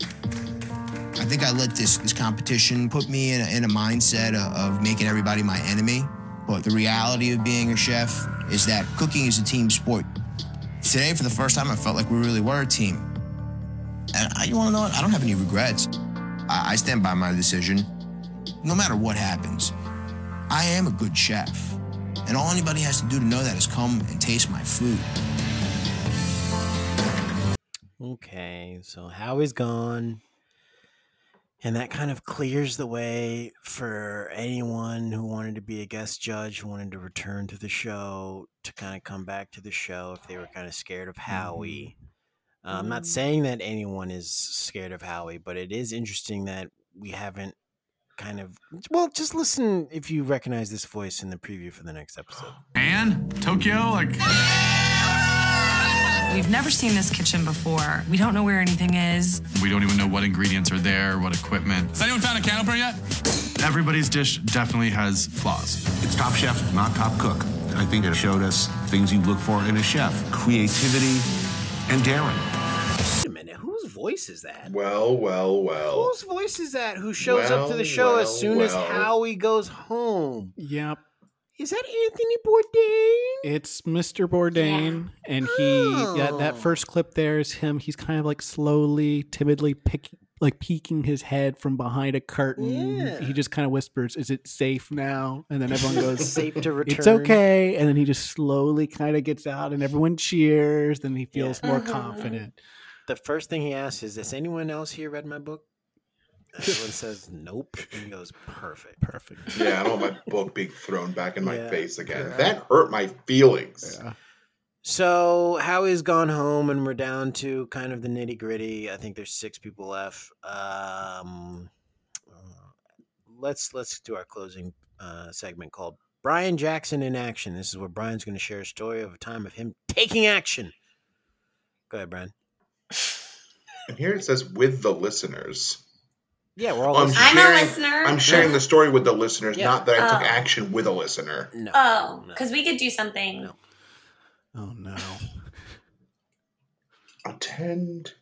Speaker 12: I think I let this, this competition put me in a, in a mindset of, of making everybody my enemy. But the reality of being a chef is that cooking is a team sport. Today, for the first time, I felt like we really were a team. And I, you want to know what? I don't have any regrets. I, I stand by my decision. No matter what happens, I am a good chef. And all anybody has to do to know that is come and taste my food.
Speaker 2: Okay, so Howie's gone. And that kind of clears the way for anyone who wanted to be a guest judge, who wanted to return to the show, to kind of come back to the show if they were kind of scared of Howie. Uh, I'm not saying that anyone is scared of Howie, but it is interesting that we haven't kind of. Well, just listen if you recognize this voice in the preview for the next episode.
Speaker 8: And Tokyo, like.
Speaker 7: We've never seen this kitchen before. We don't know where anything is.
Speaker 8: We don't even know what ingredients are there, what equipment. Has anyone found a candle burner yet? Everybody's dish definitely has flaws.
Speaker 13: It's Top Chef, not Top Cook. I think it showed us things you look for in a chef creativity and daring.
Speaker 2: Wait a minute, whose voice is that?
Speaker 3: Well, well, well.
Speaker 2: Whose voice is that who shows up to
Speaker 3: Well,
Speaker 2: the show
Speaker 3: well,
Speaker 2: as soon as
Speaker 3: well.
Speaker 2: Howie goes home?
Speaker 5: Yep.
Speaker 2: Is that Anthony Bourdain?
Speaker 5: It's Mr. Bourdain, and he
Speaker 4: Oh.
Speaker 5: yeah, that first clip there is him. He's kind of like slowly, timidly pick, like peeking his head from behind a curtain.
Speaker 2: Yeah.
Speaker 5: He just kind of whispers, "Is it safe now?" And then everyone
Speaker 2: It's *laughs*
Speaker 5: goes,
Speaker 2: safe to
Speaker 5: It's
Speaker 2: return."
Speaker 5: okay." And then he just slowly kind of gets out, and everyone cheers. Then he feels more
Speaker 4: Mm-hmm.
Speaker 5: confident.
Speaker 2: The first thing he asks is, "Has anyone else here read my book?" Everyone says, "Nope." And he goes, "Perfect,
Speaker 5: perfect."
Speaker 3: Yeah, I don't want my book being thrown back in my
Speaker 2: Yeah.
Speaker 3: face again.
Speaker 2: Yeah.
Speaker 3: That hurt my feelings.
Speaker 2: So Howie's gone home, and we're down to kind of the nitty gritty. I think there's six people left. Um, uh, let's let's do our closing uh, segment called Brian Jackson in Action. This is where Brian's going to share a story of a time of him taking action. Go ahead, Brian.
Speaker 3: And here it says with the listeners.
Speaker 2: Yeah, we're all.
Speaker 3: I'm,
Speaker 2: listening.
Speaker 3: sharing,
Speaker 4: listener.
Speaker 3: I'm sharing the story with the listeners,
Speaker 4: Uh-huh. Yeah.
Speaker 3: not that I took
Speaker 4: Oh.
Speaker 3: action with a listener.
Speaker 2: No.
Speaker 4: Oh, because we could do something.
Speaker 5: Oh no.
Speaker 3: Attend.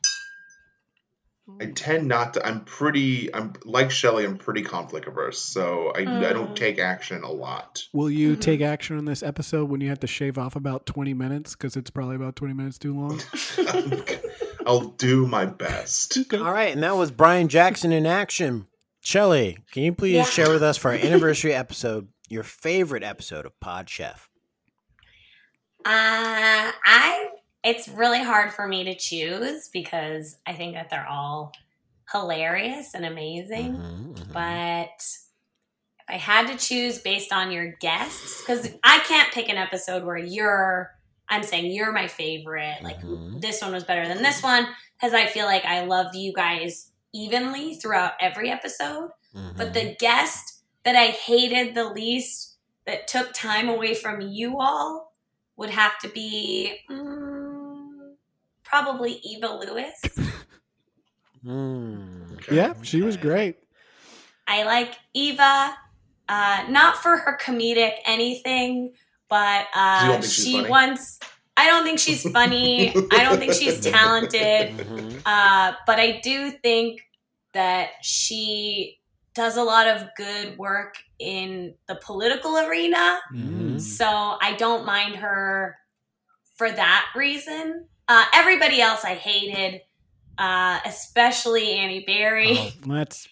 Speaker 3: I
Speaker 4: Mm.
Speaker 3: tend not to. I'm pretty. I'm like Shelley. I'm pretty conflict averse, so I, I don't
Speaker 4: Mm.
Speaker 3: take action a lot.
Speaker 5: Will you take
Speaker 4: Mm-hmm.
Speaker 5: action on this episode when you have to shave off about twenty minutes because it's probably about twenty minutes too *laughs* long?
Speaker 3: I'll do my best.
Speaker 2: All right, and that was Brian Jackson in action. Shelly, can you please
Speaker 4: Yeah.
Speaker 2: share with us for our anniversary episode your favorite episode of Pod Chef?
Speaker 4: Uh, I it's really hard for me to choose because I think that they're all hilarious and amazing.
Speaker 2: Mm-hmm,
Speaker 4: But if I had to choose based on your guests, because I can't pick an episode where you're I'm saying you're my favorite, like
Speaker 2: Mm-hmm.
Speaker 4: this one was better than this one, because I feel like I love you guys evenly throughout every episode. But
Speaker 5: Mm-hmm.
Speaker 4: the guest that I hated the least that took time away from you all would have to be mm, probably Eva Lewis.
Speaker 2: Mm-hmm.
Speaker 5: Yeah, she was great.
Speaker 4: I like Eva, uh, not for her comedic anything, but
Speaker 5: You
Speaker 4: uh,
Speaker 5: don't think she's
Speaker 4: she
Speaker 5: funny?
Speaker 4: once. I don't think she's funny. I don't
Speaker 3: *laughs*
Speaker 4: think she's talented.
Speaker 5: *laughs*
Speaker 2: Mm-hmm.
Speaker 4: Uh, but I do think that she does a lot of good work in the political arena.
Speaker 5: Mm-hmm. Mm.
Speaker 4: So I don't mind her for that reason. Uh, everybody else I hated, uh, especially Annie Barry.
Speaker 5: Oh, That's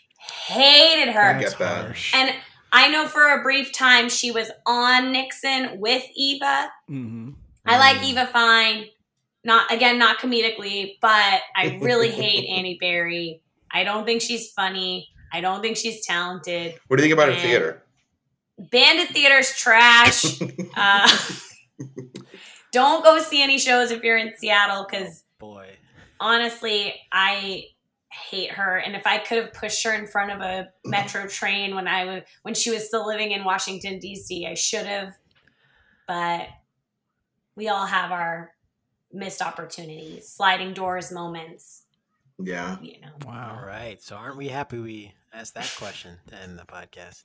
Speaker 4: hated her.
Speaker 5: I get that. Harsh.
Speaker 4: And I know for a brief time she was on Nixon with Eva.
Speaker 5: mm-hmm.
Speaker 4: I like Eva fine. Not again, not comedically, but I really hate Annie Barry. I don't think she's funny. I don't think she's talented.
Speaker 3: What do you think about her
Speaker 4: And
Speaker 3: theater?
Speaker 4: Bandit Theater's trash. uh, don't go see any shows if you're in Seattle because
Speaker 2: Boy.
Speaker 4: honestly, I hate her. And if I could have pushed her in front of a metro train when I was when she was still living in Washington D.C., I should have. But we all have our missed opportunities, sliding doors moments.
Speaker 3: Yeah.
Speaker 4: You know.
Speaker 5: Oh.
Speaker 2: Wow. All right. So aren't we happy we asked that question to end the podcast?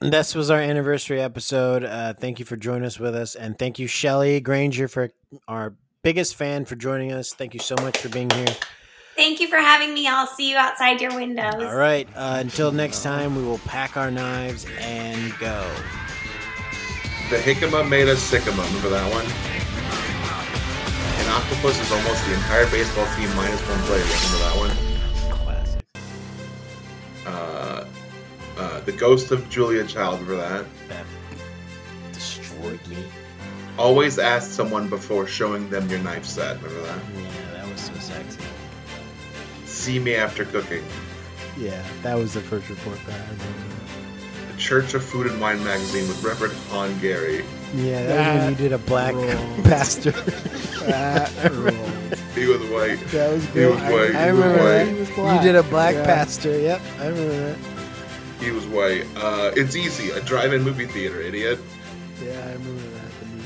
Speaker 2: And this was our anniversary episode. Uh, thank you for joining us with us, and thank you Shelly Granger for our biggest fan for joining us. Thank you so much for being here.
Speaker 4: Thank you for having me. I'll see you outside your windows.
Speaker 2: All right. Uh, until next time, we will pack our knives and go.
Speaker 3: The jicama made us sycama. Remember that one? An octopus is almost the entire baseball team minus one player. Remember that one? Classic. Uh, uh, the ghost of Julia Child. Remember that?
Speaker 2: That destroyed me.
Speaker 3: Always ask someone before showing them your knife set. Remember that?
Speaker 2: Yeah, that was so sexy
Speaker 3: see me after cooking.
Speaker 2: Yeah, that was the first report that I remember.
Speaker 3: The Church of Food and Wine magazine with Reverend Han Gary.
Speaker 2: Yeah, that, that was when you did a black rolled. *laughs* pastor.
Speaker 3: that rolled. He was white.
Speaker 2: That was
Speaker 3: good. He was
Speaker 2: I,
Speaker 3: white.
Speaker 2: I,
Speaker 3: he
Speaker 2: remember
Speaker 3: was
Speaker 2: white. That. You did a black yeah. pastor. Yep, I remember that.
Speaker 3: He was white. Uh, it's easy. A drive-in movie theater, idiot.
Speaker 2: Yeah, I remember that.